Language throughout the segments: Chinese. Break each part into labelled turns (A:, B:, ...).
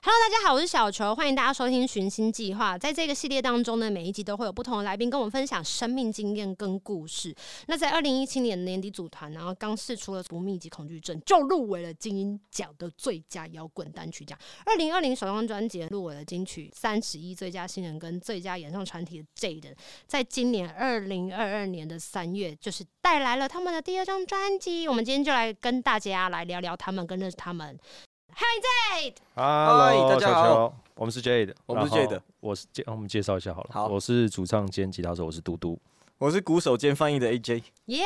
A: Hello，大家好，我是小球，欢迎大家收听《寻星计划》。在这个系列当中呢，每一集都会有不同的来宾跟我们分享生命经验跟故事。那在二零一七年年底组团，然后刚试出了《不密集恐惧症》，就入围了金鹰奖的最佳摇滚单曲奖。二零二零首张专辑入围了金曲三十一最佳新人跟最佳演唱团体的 J 人，在今年二零二二年的三月，就是带来了他们的第二张专辑。我们今天就来跟大家来聊聊他们，跟认识他们。嗨 J，
B: Hello，
C: 嗨大家
B: 小
C: 好
B: 乔，我们是 Jade，
C: 我们是
B: 然后
C: Jade
B: 我是哦介，我们介绍一下好了。
C: 好
B: 我是主唱兼吉他手，我是嘟嘟。
C: 我是鼓手兼翻译的 AJ，
A: 你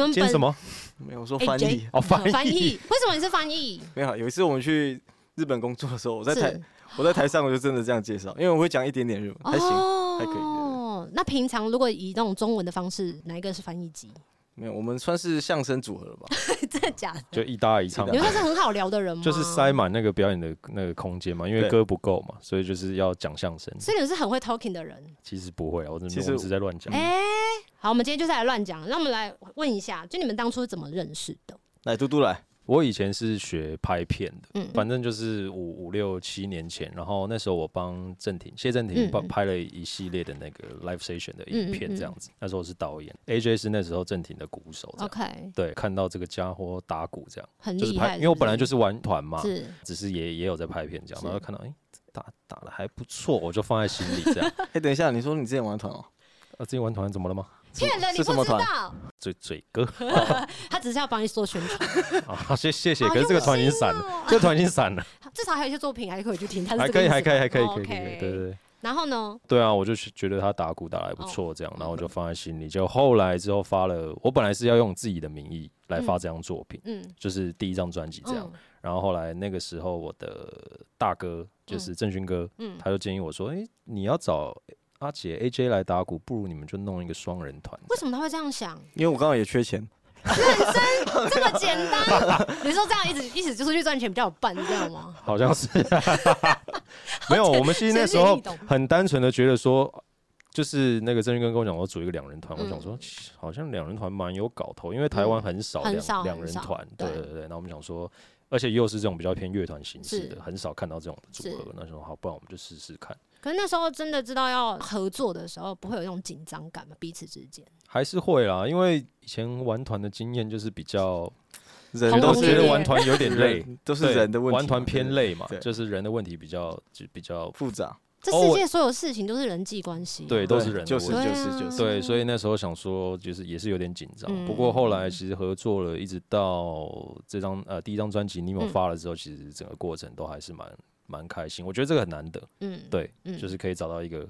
A: 们
B: 兼
A: 本
B: 什么？
C: 没有我说翻
A: AJ
C: 译，
B: 哦，翻译。
A: 翻译？ 为什么你是翻译？
C: 没有。有一次我们去日本工作的时候，我在
A: 是
C: 台我在台上我就真的这样介绍，因为我会讲一点点日文，还行。
A: 哦
C: 还可以对
A: 那平常如果以那种中文的方式，哪一个是翻译机？
C: 没有，我们算是相声组合了吧？
A: 真的假的？
B: 就一搭一唱
C: 是
A: 你
C: 的，
A: 们算是很好聊的人吗？
B: 就是塞。满那个表演的那个空间嘛，因为
C: 对
B: 歌不够嘛，所以就是要讲相声。
A: 所以你们是很会 talking 的人。
B: 其实不会啊，我真
C: 其
B: 的
C: 实
B: 我们是在乱讲。
A: 哎、好，我们今天就是来乱讲。那我们来问一下，就你们当初怎么认识的？
C: 来，嘟嘟 来，
B: 我以前是学拍片的，
A: 嗯，
B: 反正就是五五六七年前，然后那时候我帮郑婷谢郑
A: 嗯
B: 婷
A: 嗯
B: 帮拍了一系列的那个 live session 的影
A: 嗯嗯
B: 片，
A: 嗯
B: 这样子。那时候我是导演，AJ 是那时候郑婷的鼓手这样。
A: OK，
B: 对，看到这个家伙打鼓这样，
A: 很
B: 就是
A: 厉害
B: 拍，因为我本来就是玩团嘛，
A: 是不是
B: 只是也也有在拍片这样，
A: 是
B: 然后看到哎、这打打的还不错，我就放在心里 这样。
C: 哎，等一下，你说你之前玩团哦？
B: 啊，自己玩团怎么了吗？
A: 是骗人，你
C: 是
A: 不
C: 什么
A: 知
C: 团？
A: 道，
B: 嘴嘴哥
A: 他只是要帮你做宣传。
B: 啊，谢谢谢，
A: 好
B: 可是这个团已经
A: 用心
B: 散了，
A: 哦
B: 这个团已经散了，
A: 至少还有一些作品还可以去听，他是
B: 还
A: 这
B: 可
A: 个
B: 以
A: 意思
B: 还可以还可以
A: 哦
B: 可以可以，
A: OK
B: 对对对。
A: 然后呢？
B: 对啊，我就去觉得他打鼓打得还不错，这样，然后我就放在心里。就后来之后发了，我本来是要用自己的名义来发这张作品，
A: 嗯，
B: 就是第一张专辑这样。
A: 嗯
B: 然后后来那个时候，我的大哥就是郑勋哥，
A: 嗯
B: 他就建议我说：“哎、你要找阿姐 AJ 来打鼓，不如你们就弄一个双人团。”
A: 为什么他会这样想？
C: 因为我刚好也缺钱，
A: 这么简单？你说这样一直一直就是去赚钱比较有办，你知道 吗？
B: 好 像是，没有。我们其实那时候很单纯的觉得说，就是那个郑钧跟跟我讲，我组一个两人团，
A: 嗯
B: 我想说好像两人团蛮有搞头，因为台湾很少
A: 很少
B: 两两
A: 很
B: 人
A: 少
B: 团，
A: 对
B: 对对对。然后我们想说，而且又是这种比较偏乐团形式
A: 是
B: 的，很少看到这种组
A: 是
B: 合。那时候好，不然我们就试试看，
A: 可是那时候真的知道要合作的时候，不会有那种紧张感吗？彼此之间，
B: 还是会啦，因为以前玩团的经验就是比
A: 哦
B: 较，
C: 人
A: 同
B: 我
C: 都
A: 工
C: 是
B: 觉
A: 同
B: 得
A: 业
B: 玩团有点
C: 人
B: 累。，
C: 都
B: 对
C: 是人的问题嘛，
B: 玩团偏
C: 对
B: 累嘛，
C: 对
B: 就是人的问题比较就比较
C: 复杂，
A: 这
B: 哦
A: 世
B: 我
A: 界所有事情都是人际关系啊、
B: 对都是人的
C: 就是
A: 问题
C: 就是就是，
B: 对，所以那时候想说，就是也是有点紧张。
A: 嗯
B: 不过后来其实合作了，一直到这张呃第一张专辑《你 i
A: 嗯
B: 发了之后，其实整个过程都还是蛮蛮开心。我觉得这个很难得，
A: 嗯，
B: 对，
A: 嗯
B: 就是可以找到一个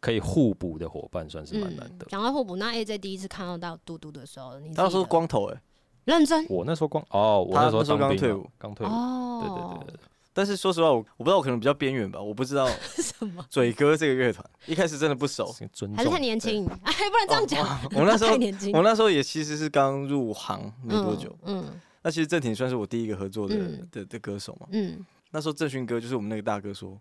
B: 可以互补的伙伴，算是蛮难
A: 嗯
B: 得。
A: 讲到互补，那 AJ 第一次看到到嘟嘟的时候，你自己
C: 他说
A: 的
C: 光头哎，
A: 认真
B: 我那时候光哦，我
C: 他
B: 时候
C: 那时
B: 当
C: 候刚
B: 兵
C: 退
B: 啊
C: 伍，
B: 刚退伍，对对
A: 哦，
B: 对对对，
C: 但是说实话，我我不知道，我可能比较边缘吧，我不知道
A: 对， 什么？
C: 嘴哥这个乐团，一开始真的不熟。
B: 先尊
A: 还是
B: 重
A: 太。年轻， 哎，不能这样讲。
C: 哦 我那时候
A: 太年轻，
C: 我那时候也其实是刚入行没多久，
A: 嗯
C: 那其实郑婷算是我第一个合作的、
A: 嗯
C: 的的歌手嘛。
A: 嗯，
C: 那时候郑勋哥就是我们那个大哥说，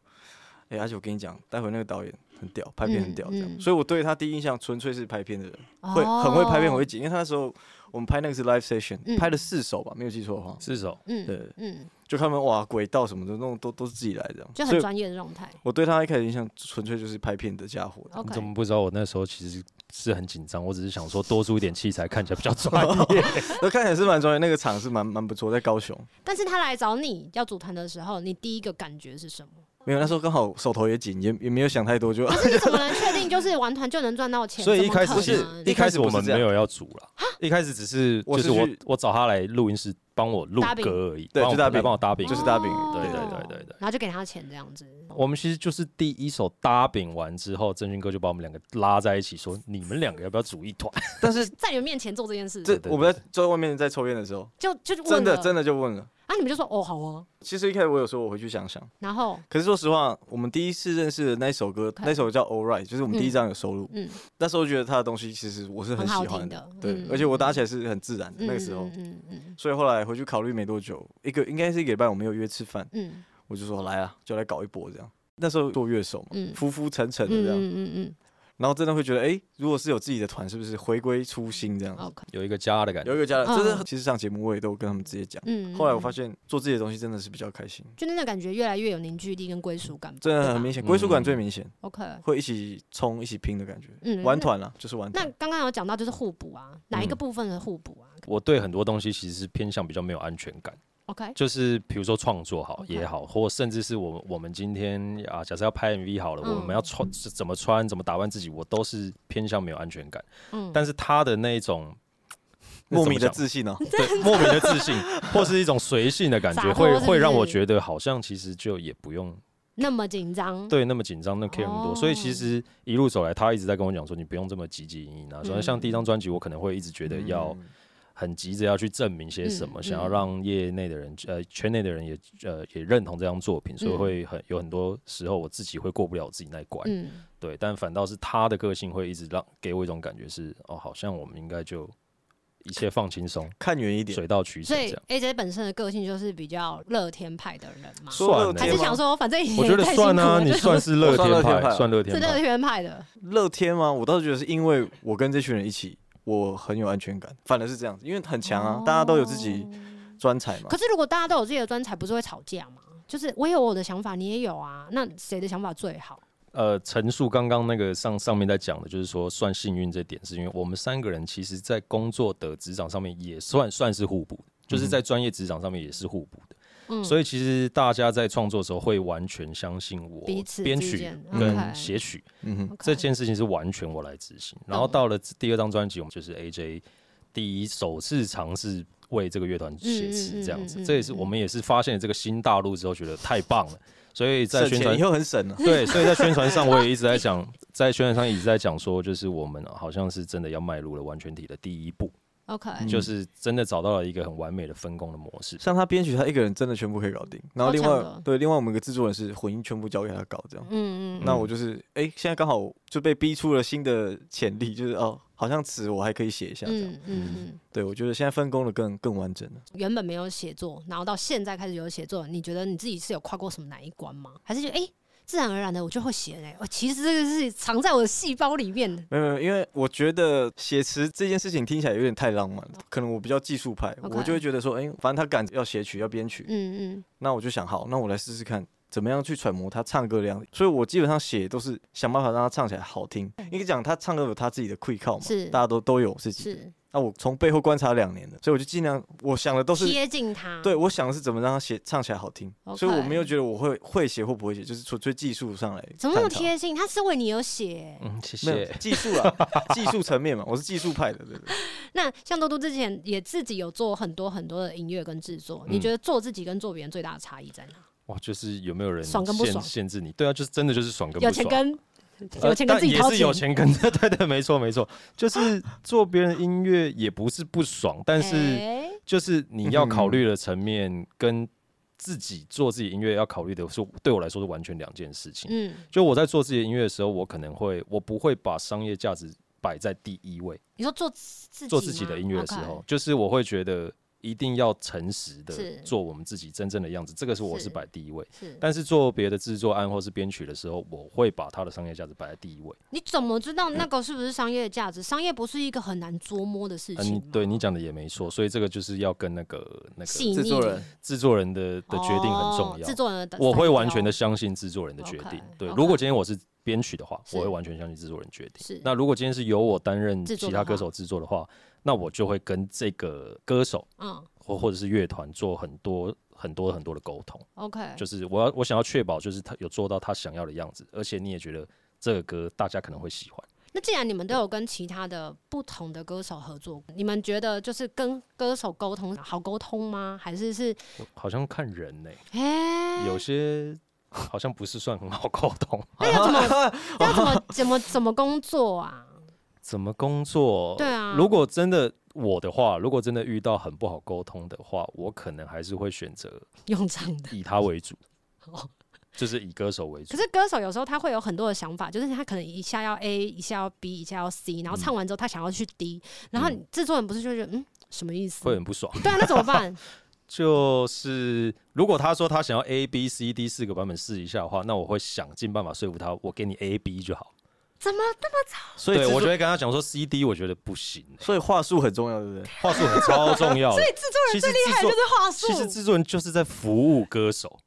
C: 哎、而且我跟你讲，待会那个导演很屌，拍片很屌这样，
A: 嗯嗯
C: 所以我对他第一印象纯粹是拍片的人，
A: 嗯
C: 会很会拍片，很
A: 哦
C: 会剪，因为他那时候我们拍那个是 live session，、
A: 嗯
C: 拍了四首吧，没有记错的话，
B: 是手，
A: 嗯
C: 对，
A: 嗯，
C: 就他们哇轨道什么的那种都都是自己来这样，
A: 就
C: 所
A: 很
C: 以
A: 专业的状态。
C: 我对他一开始印象纯粹就是拍片的家伙，
B: 你
A: OK，
B: 怎么不知道我那时候其实是很紧张？我只是想说多出一点器材，看起 来比较专
A: 哦
B: 业。
C: 那看起来是蛮专业，那个场是蛮蛮不错，在高雄。
A: 但是他来找你要组团的时候，你第一个感觉是 什么？
C: 没有，那时候刚好手头也紧，也也没有想太多，就啊
A: 你怎么能确定就是玩团就能赚到钱？
B: 所以一
A: 怎么
B: 开
A: 可
B: 始其实
A: 能
B: 一开始我
C: 一开始不
B: 们
C: 是这
B: 没
C: 样
B: 有要组了，一开始只是就
C: 我
B: 是
C: 是
B: 我
C: 去
B: 我找他来录音室帮我录
A: 搭饼
B: 歌而已，
C: 对
B: 帮我
C: 就搭饼
B: 来帮我搭饼，
C: 就是搭饼
A: 哦
B: 对对对对对
A: 然后就给他钱这样子。
B: 我们其实就是第一首搭饼完之后，郑钧哥就把我们两个拉在一起，说你们两个要不要组一团？
C: 但是
A: 在你们面前做这件事，
C: 这
B: 对对
C: 我们在坐在外面在抽烟的时候，
A: 就就问
C: 真的
A: 了
C: 真的就问了。
A: 啊，你们就说哦好哦，
C: 其实一开始我有说我回去想想，
A: 然后
C: 可是说实话，我们第一次认识的那一首歌，那首叫《All Right》，就是我们第一张有收录。
A: 嗯，
C: 那时候觉得他的东西其实我是
A: 很好
C: 喜
A: 听
C: 欢
A: 的，
C: 对
A: 嗯，
C: 而且我打起来是很自然的
A: 嗯
C: 那个时候
A: 嗯。嗯嗯
C: 所以后来回去考虑没多久，一个应该是一个礼拜，我们有约吃饭，
A: 嗯
C: 我就说来啊，就来搞一波这样。那时候做乐手嘛，
A: 嗯
C: 浮浮沉沉
A: 嗯
C: 的这样，
A: 嗯嗯
C: 然后真的会觉得，哎、如果是有自己的团，是不是回归初心这样
A: 嗯
C: 子？
A: ，OK，
B: 有一个家的感觉。
C: 有一个家人，
A: 嗯
C: 真的，其实上节目我也都跟他们直接讲。
A: 嗯。
C: 后来我
A: 嗯
C: 发，现做自己的东西真的是比较开心，
A: 就那种感觉越来越有凝聚力跟归属感吧，
C: 真的
A: 对
C: 很
A: 吧
C: 明显，归属感
B: 嗯
C: 最明显，
A: OK。
C: 会一起冲、一起拼的感觉。
A: 嗯
C: 玩
A: 那
C: 团啊，就是玩
A: 那
C: 团。
A: 刚刚有讲到就是互补啊，哪一个
B: 嗯
A: 部分的互补啊
B: 我对很多东西其实是偏向比较没有安全感，
A: ？OK，
B: 就是比如说创作好
A: OK
B: 也好，或甚至是我们我们今天啊，假设要拍 MV 好了，
A: 嗯
B: 我们要穿是怎么穿、怎么打扮自己，我都是偏向没有安全感。
A: 嗯，
B: 但是他的那一种
C: 莫名的
B: 自
C: 自信哦、
B: 对莫名的自信，或是一种随性的 感
A: 洒
B: 觉，
A: 脱
B: 会
A: 是不
B: 会让我
A: 是嗯
B: 觉得好像其实就也不用
A: 那么紧张，
B: 对那么紧张，那 care 那么多。所以
A: 哦
B: 其实一路走来，他一直在跟我讲说，你不用这么积极营营啊。
A: 嗯
B: 所以像第一张专辑，我可能会一直觉得要
C: 嗯
B: 很急着要去证明些什么，
A: 嗯
B: 想要
A: 嗯
B: 让业内的人呃圈内的人也呃也认同这张作品，所以
A: 嗯
B: 会很有很多时候我自己会过不了我自己那一关。
A: 嗯，
B: 对，但反倒是他的个性会一直让给我一种感觉是，哦，好像我们应该就一切放轻松，
C: 看远一点。
B: 水到渠
A: 所
B: 成这
A: 以
B: 样。
A: AJ 本身的个性就是比较乐天派的人嘛，
C: 说
B: 算
C: 乐
B: 了
A: 还
C: 天
A: 是
C: 吗
A: 想说反正也
B: 我觉得
A: 太辛
B: 算
A: 苦
B: 啊，
A: 了
B: 你
A: 就
B: 算是乐
C: 我算
B: 天
C: 乐天
B: 派，
C: 派啊
B: 算乐
A: 是
B: 天
A: 乐
B: 派。
A: 天派的，
C: 乐天吗？我倒是觉得是因为我跟这群人一起，我很有安全感，反而是这样子，因为很强啊，大家都有自己
A: 哦
C: 专才嘛
A: 可。是如果大家都有自己的专才，不是会吵架吗？就是我有我的想法，你也有啊，那谁的想法最好？
B: 呃，陈述刚刚那个上上面在讲的，就是说算幸运这点，是因为我们三个人其实在工作的职场上面也算算是互补的，
C: 嗯
B: 就是在专业职场上面也是互补的。
A: 嗯，
B: 所以其实大家在创作的时候会完全相信我
A: 彼此
B: 编
A: 之
B: 曲
A: 间
B: 跟
A: OK
B: 写曲，
C: 嗯哼，
A: OK
B: 这件事情是完全我来执行。然后到了第二张专辑，我们就是 AJ 第一首次尝试为这个乐团写
A: 嗯嗯
B: 词，
A: 嗯
B: 这样
A: 嗯
B: 子，
A: 嗯
B: 这也是
A: 嗯
B: 我们也是发现了这个新大陆之后，觉得太棒了。所以在
C: 省
B: 宣
C: 钱
B: 传
C: 以后很省啊。
B: 对，所以在宣传上我也一直在讲，在宣传上一直在讲说，就是我们好像是真的要迈入了完全体的第一步，
A: OK，
C: 嗯
B: 就是真的找到了一个很完美的分工的模式。
C: 像他编曲，他一个人真的全部可以搞定。然后
A: 超
C: 另
A: 强的
C: 外对，另外我们有个制作人是混音全部交给他搞这样。
A: 嗯嗯，
C: 那我就是哎、诶现在刚好就被逼出了新的潜力，就是哦，好像词我还可以写一下这样。
A: 嗯嗯嗯，
C: 对我觉得现在分工的更更完整了。
A: 原本没有写作，然后到现在开始有写作，你觉得你自己是有跨过什么哪一关吗？还是觉得哎、诶自然而然的我就会写嘞、 我其实这个是藏在我的细胞里面的。
C: 没有没有，因为我觉得写词这件事情听起来有点太浪漫了，可能我比较技术派
A: OK
C: 我就会觉得说，哎、反正他敢要写曲要编曲，
A: 嗯嗯
C: 那我就想好，那我来试试看。怎么样去揣摩他唱歌的样子？所以我基本上写都是想办法让他唱起来好听。应该讲他唱歌有他自己的 quick 靠嘛，
A: 嗯是
C: 大家都都有自己。
A: 是
C: 那我从背后观察两年的，所以我就尽量我想的 都是
A: 贴近它。
C: 对，我想的是怎么让他写唱起来好听
A: OK
C: 所以我没有觉得我会会写或不会写，就是纯粹技术上来探讨。
A: 怎么那么贴近？他是为你有写。
B: 嗯，谢
C: 没有
B: 谢。
C: 技术啊，技术层面嘛，我是技术派的，对不对？
A: 那像多多之前也自己有做很多很多的音乐跟制作，
B: 嗯
A: 你觉得做自己跟做别人最大的差异在哪？
B: 哇，就是有没有人
A: 爽跟不
B: 限
A: 爽
B: 限制你？对啊，就是真的就是爽跟
A: 有
B: 不
A: 钱
B: 爽。
A: 跟
B: 呃
A: 有钱跟自己
B: 但
A: 掏
B: 也是有
A: 钱，
B: 钱跟， 对对对，没错没错，就是做别人音乐也不是不爽，但是
A: 诶
B: 就是你要
C: 嗯
B: 考虑的层面跟自己做自己音乐要考虑的是，对我来说是完全两件事情。
A: 嗯，
B: 就我在做自己的音乐的时候，我可能会，我不会把商业价值摆在第一位。
A: 你说做自己
B: 做自己
A: 吗哦
B: 的音乐的时
A: OK
B: 候，就是我会觉得一定要诚实
A: 是
B: 的做我们自己真正的样子，这个是我
A: 是
B: 是摆第一位。
A: 是，
B: 但是做别的制作案或是编曲的时候，我会把它的商业价值摆在第一位。
A: 你怎么知道那个是不是商业价值？商业不是一个很难捉摸的事
B: 嗯，你
A: 情吗。
B: 对你讲的也没错，所以这个就是要跟那个那
A: 细
B: 个
A: 腻
C: 制作人
B: 制作人的的决定很
A: 哦
B: 重
A: 制
B: 要。
A: 作人的，
B: 我会完全的。相信制作人的决定
A: OK，。
B: 对，
A: OK
B: 如果今天我是编曲的话，
A: 是
B: 我会完全相信制作人决定。
A: 是
B: 那如果今天是由我担任
A: 制作
B: 其
A: 的话
B: 他歌手制作的话，那我就会跟这个歌手
A: 嗯
B: 或或者是乐团做很多很多很多的沟通，
A: ，OK，
B: 就是我要我想要确保就是他有做到他想要的样子，而且你也觉得这个歌大家可能会喜欢。
A: 那既然你们都有跟其他的不同的歌手合作，你们觉得就是跟歌手沟通好沟通吗？还是是
B: 我好像看人呢、
A: 哎，
B: 有些好像不是算很好沟通。
A: 那要怎么那要怎么怎么怎么工作啊？
B: 怎么工作？
A: 对啊
B: 如果真的我的话，如果真的遇到很不好沟通的话，我可能还是会选择
A: 用唱的。
B: 以他为 主
A: 哦，
B: 就是以歌手为主
A: 可。是歌手有时候他会有很多的想法，就是他可能一下要 A，一下要 B，一下要 C，然后唱完之后他想要去 D，、然后你制作人不是就觉得嗯什么意思？
B: 嗯会很不爽，
A: 对啊，那怎么办？
B: 就是如果他说他想要 A B C D 四个版本试一下的话，那我会想尽办法说服他，我给你 A B 就好。
A: 怎么这么吵？
C: 所以
B: 对，
C: 制
B: 我
C: 作
B: 就会跟他讲说 C D 我觉得不行，
C: 所以话术很重要，对不对？
B: 话术很超重要的。
A: 对，制作
B: 其
A: 人
B: 实
A: 最厉害
B: 制
A: 就
B: 作
A: 是话
B: 其实
A: 术。
B: 制作人就是在服务歌手，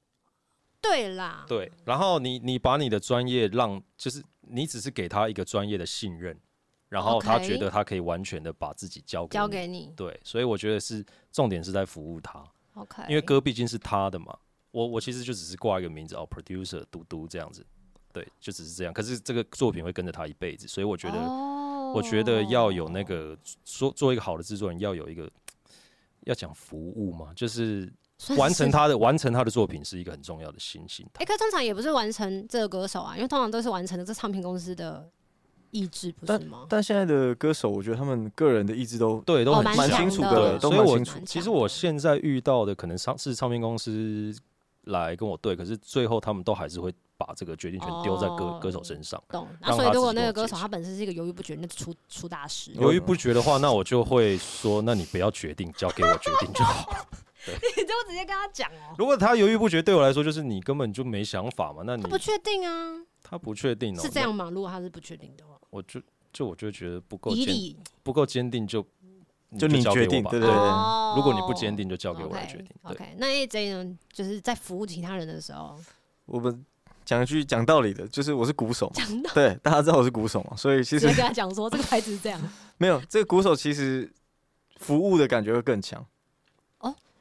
A: 对啦，
B: 对。然后你你把你的专业让，就是你只是给他一个专业的信任，然后他
A: OK
B: 觉得他可以完全的把自己交给你
A: 交给你。
B: 对，所以我觉得是重点是在服务他，
A: OK，
B: 因为歌毕竟是他的嘛。我我其实就只是挂一个名字哦，producer 嘟嘟这样子，对，就只是这样。可是这个作品会跟着他一辈子，所以我觉得，
A: 哦
B: 我觉得要有那个说做一个好的制作人，要有一个要讲服务嘛，就是
A: 算 是
B: 完成他的完成他的作品是一个很重要的心情。
A: 哎、可通常也不是完成这个歌手啊，因为通常都是完成了这唱片公司的意志，不是吗？
C: 但现在的歌手，我觉得他们个人的意志都
B: 对，都
A: 哦
B: 很
A: 蛮
C: 蛮
A: 强
C: 清楚
A: 的
B: 对，
C: 的，都
B: 所以
C: 蛮
B: 我
C: 清楚。
B: 其实我现在遇到的可能唱是唱片公司来跟我对，可是最后他们都还是会把这个决定权丢在歌、
A: 哦
B: 歌手身上。
A: 懂。那、
B: 让
A: 所以
B: 他
A: 如
B: 自
A: 果
B: 己
A: 那
B: 多
A: 个歌
B: 解
A: 手
B: 释
A: 他本身是一个犹豫不决，那就出出大事。
C: 有
B: 犹豫不决的话，那我就会说，那你不要决定，交给我决定就好。
A: 你就直接跟他讲哦、
C: 嗯
B: 如果他犹豫不决，对我来说就是你根本就没想法嘛。那你
A: 他不确定啊，
B: 他不确定哦，
A: 是这样吗？如果他是不确定的话，
B: 那我就就我就觉得不够
A: 以
B: 坚
A: 理
B: 不够坚定就，
C: 就
B: 你
C: 你
B: 交给
C: 决
B: 我
C: 定
B: 吧
C: 对对对
A: 哦
B: 如果你不坚定，就交给我来
A: OK，
B: 决定。对。
A: OK，那 AJ 呢？就是在服务其他人的时候，
C: 我们讲一句讲道理的，就是我是鼓手嘛，
A: 讲到
C: 对，大家知道我是鼓手嘛，所以其
A: 直
C: 实
A: 接跟他讲说这个牌子是这 样。
C: 没有这个鼓手，其实服务的感觉会更强。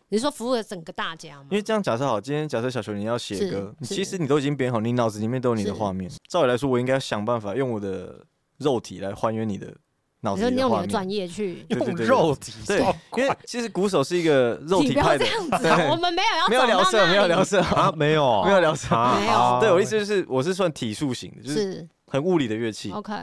A: 你是说服务了整个大家吗？
C: 因为这样假设好，今天假设小球你要写
A: 是
C: 歌，你
A: 是
C: 其实你都已经编好，你脑子里面都有你的
A: 是
C: 画面。照理来说，我应该想办法用我的肉体来还原你的脑
A: 你
C: 子
A: 说你
C: 里的
A: 用你
C: 画
A: 的专
C: 面。
A: 业去，
C: 对对
B: 用
C: 对
B: 肉体
C: 对
B: 照
C: 因为其实鼓手是一个肉
A: 请
C: 体
A: 不要
C: 派
A: 这
C: 的，
A: 样 子啊，
C: 对
A: 我们没有要
C: 没有
A: 走
C: 聊
A: 到
C: 色，
A: 那
C: 没有
A: 里
C: 聊色，
B: 啊，没有
C: 没有聊色。
B: 啊
A: 没有
B: 啊
C: 对我意思就是，我是算体术型的，就是
A: 是哦
C: 很物理的乐器。
A: OK，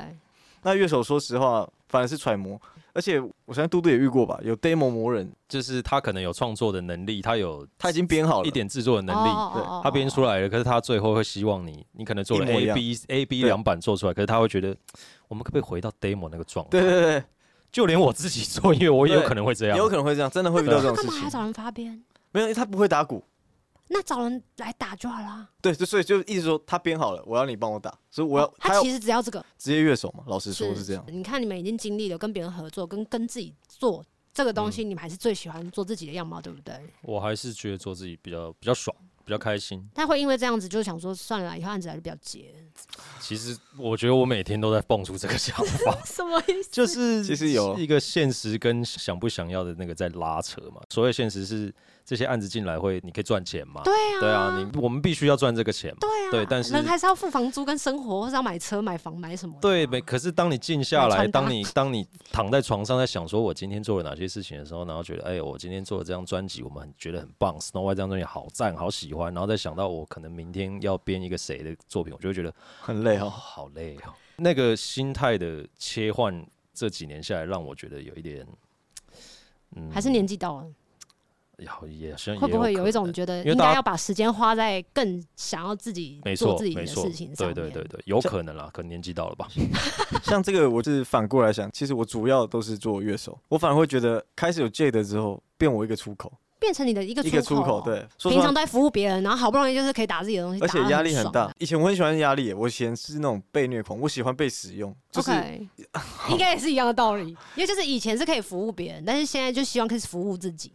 C: 那乐手说实话，反而是揣摩，而且我相信嘟嘟也遇过吧，有 demo 魔人，
B: 就是他可能有创作的能力，他有
C: 他已经编好了
B: 一点制作的能力，
C: 对
A: 力
B: 他编出
A: 来
B: 来了，可是他最后会希望你，你可能做了
C: 一模一
B: A
C: 样
B: B A B
C: 对
B: 两版做出来，可是他会觉得我们可不可以回到 demo 那个状态？
C: 对对对
B: 就连我自己做音乐，我也有
C: 对
B: 可能会这
C: 对，
B: 样
C: 有。可能会这样，真的会遇到
A: 他
C: 这种
A: 啊干
C: 事
A: 嘛还
C: 情。
A: 找人发编？
C: 没有，因为他不会打鼓，
A: 那找人来打就好啦。
C: 对，就所以就意思说他编好了，我要你帮我打，所以我要、
A: 哦
C: 他
A: 他
C: 要
A: 其实只要这个，
C: 职业乐手嘛，老实说是这样。
A: 你看你们已经经历了跟别人合作，跟跟自己做这个东
B: 嗯
A: 西，你们还是最喜欢做自己的样貌，对不对？
B: 我还是觉得做自己比较比较爽，比较开心。
A: 他会因为这样子就想说算了，以后案子还是比较结。
B: 其实我觉得我每天都在蹦出这个想 法
A: ，什么意思？
B: 就是
C: 其实有
B: 是一个现实跟想不想要的那个在拉扯嘛。所谓现实是这些案子进来会，你可以赚钱嘛？
A: 对啊，
B: 对啊，你我们必须要赚这个钱嘛。
A: 对啊，
B: 对但是
A: 人还是要付房租跟生活，或是要买车、买房、买什么的啊。
B: 对，没。可是当你静下
A: 买
B: 来，
A: 穿搭
B: 当你当你躺在床上在想说我今天做了哪些事情的时候，然后觉得哎，我今天做了这张专辑，我们很觉得很棒，Snow White 这张专辑好赞，好喜欢。然后再想到我可能明天要编一个谁的作品，我就会觉得
C: 很累
B: 哦，
C: 哦。
B: 好累哦。那个心态的切换，这几年下来让我觉得有一点，嗯，
A: 还是年纪到了，
B: 也好也好像
A: 会不会
B: 有
A: 有一种
B: 可能
A: 觉得
B: 因为
A: 应
B: 大
A: 该
B: 家
A: 要把时间花在更想要自己
B: 没
A: 做
B: 错
A: 自己
B: 没
A: 的
B: 错
A: 事情，上
B: 对
A: 面？
B: 对对对，有可能啦，可能年纪到了吧。
C: 像这个，我是反过来想，其实我主要都是做乐手，我反而会觉得开始有 Jade 之后，变我一个出口，
A: 变成你的一个
C: 一个出口。
A: 口。，哦啊
C: 对，说实
A: 平
C: 话
A: 常，都在服务别人，然后好不容易就是可以打自己的东西，
C: 而且
A: 打得
C: 压力很
A: 爽啊欸
C: 大。以前我很喜欢压力，我以前是那种被虐狂，我喜欢被使用，就 是。
A: OK，应该也是一样的道理，因为就是以前是可以服务别人，但是现在就希望可以服务自己。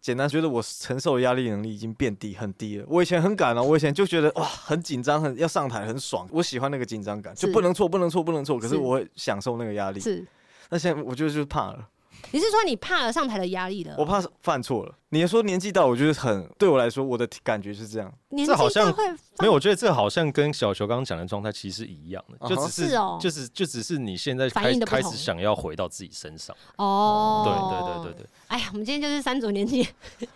C: 简单觉得我承受的压力能力已经变低很低了。我以前很赶哦，我以前就觉得哇很紧张，很要上台很爽，我喜欢那个紧张感，就是不能错不能错不能错。可是
A: 是
C: 我会享受那个压力。
A: 是，
C: 那现在我觉得就是怕了，
A: 你是说你怕了上台的压力了？
C: 我怕犯错了。你说年纪到，我觉得很对我来说，我的感觉是这样。
A: 年纪
B: 这好像
A: 大会
B: 没有，我觉得这好像跟小球刚刚讲的状态其实是一样的，就
C: 啊哈
B: 只是
A: 是哦
B: 就是就只是你现在
A: 反
B: 开
A: 应的不
B: 开
A: 同
B: 始想要回到自己身上，
A: 哦
B: 对，对对对
A: 对。
B: 对，
A: 哎呀，我们今天就是三组年纪，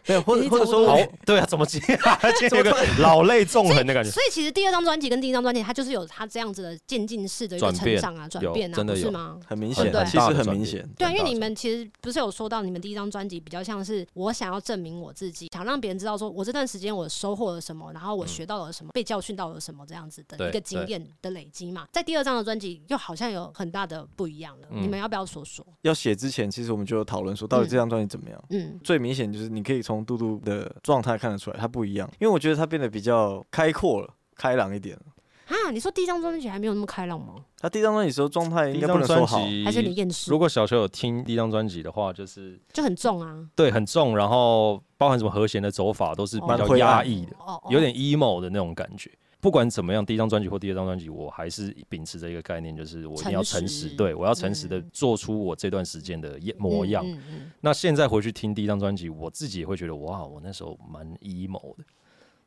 C: 对，或
A: 你
C: 者或者
A: 怎么都
C: 说
B: 好
C: 我，
B: 对啊，怎么接 啊？今天有个老泪纵横的感觉，
A: 所以其实第二张专辑跟第一张专辑，它就是有它这样子的渐进式的一个
B: 转
A: 成
B: 变
A: 长啊、转
B: 有
A: 变啊，
B: 真的
A: 不是
B: 有
A: 吗？
C: 很明
A: 很
C: 显
A: 大
C: 啊，
A: 的
C: 其实
B: 转
C: 很明
B: 变
C: 显。
A: 对啊，因为
B: 很大
A: 你们其实不是有说到，你们第一张专辑比较像是我想要证明我自己，想让别人知道说我这段时间我收获了什么，么，然后我学到了什么，被教训到了什么这样子的
B: 嗯对
A: 一个经验的累积嘛。在第二张的专辑又好像有很大的不一样了，
B: 嗯
A: 你们要不要说说？
C: 要写之前，其实我们就有讨论说，到底这张专辑怎么样。
A: 嗯
C: 最明显就是你可以从杜杜的状态看得出来，他不一样，因为我觉得他变得比较开阔了、开朗一点了。
A: 啊，你说第一张专辑还没有那么开朗吗？
C: 他第一张专辑的时候状态
B: 第
C: 应
B: 一
C: 该不
B: 张
C: 能说
B: 专
C: 好，
B: 辑
A: 还是你厌世
B: 如？果小球有听第一张专辑的话，就是
A: 就很重啊，
B: 对很重，然后包含什么和弦的走法都是比
A: 蛮
B: 较
C: 灰
B: 压
C: 暗
B: 抑的，
A: 哦，哦
B: 有点 emo 的那种感觉。不管怎么样，第一张专辑或第二张专辑，我还是秉持着一个概念，就是我一定要
A: 诚
B: 诚
A: 实
B: 实，对我要诚实的
A: 嗯
B: 做出我这段时间的样模样。
A: 嗯嗯嗯
B: 那现在回去听第一张专辑，我自己也会觉得哇，我那时候蛮 emo 的，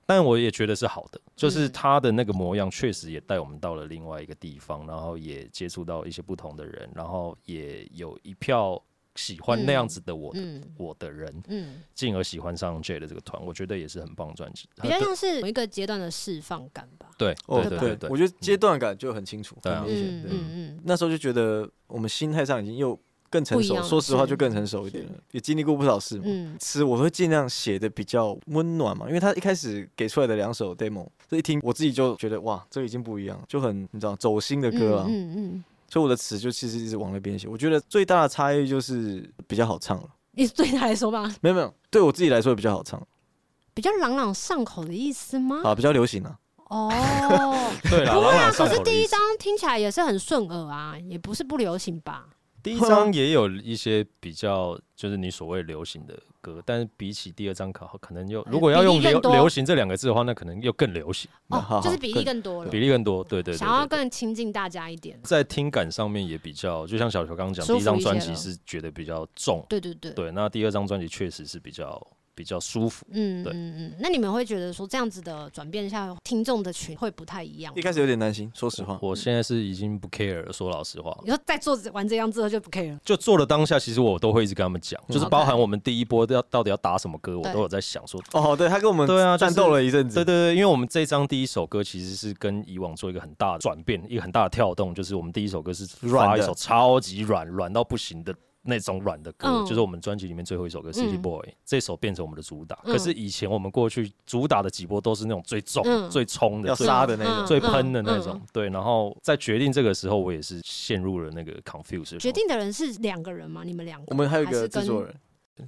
B: 但我也觉得是好的，就是
A: 嗯
B: 他的那个模样确实也带我们到了另外一个地方，然后也接触到一些不同的人，然后也有一票喜欢那样子的我的、
A: 嗯
B: 我的人，
A: 嗯，
B: 进而喜欢上 J 的这个团，我觉得也是很棒的专辑。
A: 比较像是有一个阶段的释放感吧。
B: 对
C: 哦，
B: 对对对
C: 我觉得阶段感就很清楚，
B: 对啊
C: 很明显。
A: 嗯
C: 对，
A: 嗯嗯，
C: 那时候就觉得我们心态上已经又更成
A: 不一
C: 熟，
A: 样
C: 说实话
A: 是
C: 就更成熟一点了，也经历过不少事嘛。
A: 嗯，
C: 词我会尽量写的比较温暖嘛，因为他一开始给出来的两首 demo，这一听我自己就觉得哇，这已经不一样，就很你知道走心的歌啊，
A: 嗯嗯嗯，
C: 所以我的词就其实一直往那边写。我觉得最大的差异就是比较好唱了，
A: 你对他来说吧，
C: 没有没有，对我自己来说比较好唱
A: 比较朗朗上口的意思吗？
C: 啊，比较流行啊。
A: 哦，
B: 对啦，
A: 不会
B: 朗
A: 啊，
B: 朗
A: 可
B: 上
A: 是
B: 口的
A: 第
B: 意
A: 一
B: 思。
A: 张听起来也是很顺耳啊，也不是不流行 吧？
B: 第一张也有一些比较，就是你所谓流行的歌，但是比起第二张考，可能又如果要
A: 哎比例
B: 用流
A: 更多
B: 流行这两个字的话，那可能又更流行。
C: 那好
A: 哦，
C: 好
A: 就是比例更多了
B: 比，例更多，对对对
A: 想要
B: 对对
A: 更亲近大家一点。
B: 在听感上面也比较，就像小球刚刚讲，
A: 舒服
B: 第一张专
A: 一些
B: 辑
A: 了
B: 是觉得比较重，
A: 对对对，
B: 对，那第二张专辑确实是比较比较舒服。
A: 嗯嗯
B: 对
A: 嗯。那你们会觉得说这样子的转变下，听众的群会不太一样吗？
C: 一开始有点担心，说实话，
B: 我现在是已经不 care 了，说老实话，
A: 你说在做完这样之后就不 care 了，
B: 就做了当下，其实我都会一直跟他们讲，
C: 嗯
B: 就是包含我们第一波要到底要打什么歌，我
A: 对
B: 都有在想说，
C: 哦，对他跟我们
B: 对啊就是
C: 战斗了一阵
B: 对对
C: 子，
B: 对，因为我们这张第一首歌其实是跟以往做一个很大的转变，一个很大的跳动，就是我们第一首歌是发
C: 软
B: 一
C: 的
B: 首超级软软到不行的。那种软的歌，
A: 嗯
B: 就是我们专辑里面最后一首歌《City
A: 嗯
B: Boy》，这首变成我们的主打。
A: 嗯
B: 可是以前我们过去主打的几波都是那种最重、
A: 嗯
B: 最冲的、
C: 要
B: 最
C: 杀的那种
A: 嗯
B: 最喷的那种。。
A: 嗯嗯
B: 对，然后在决定这个时候，我也是陷入了那个 confuse。
A: 决定的人是两个人吗？你们两个？
C: 我们还有一
A: 还
C: 个
A: 是跟
C: 制作人，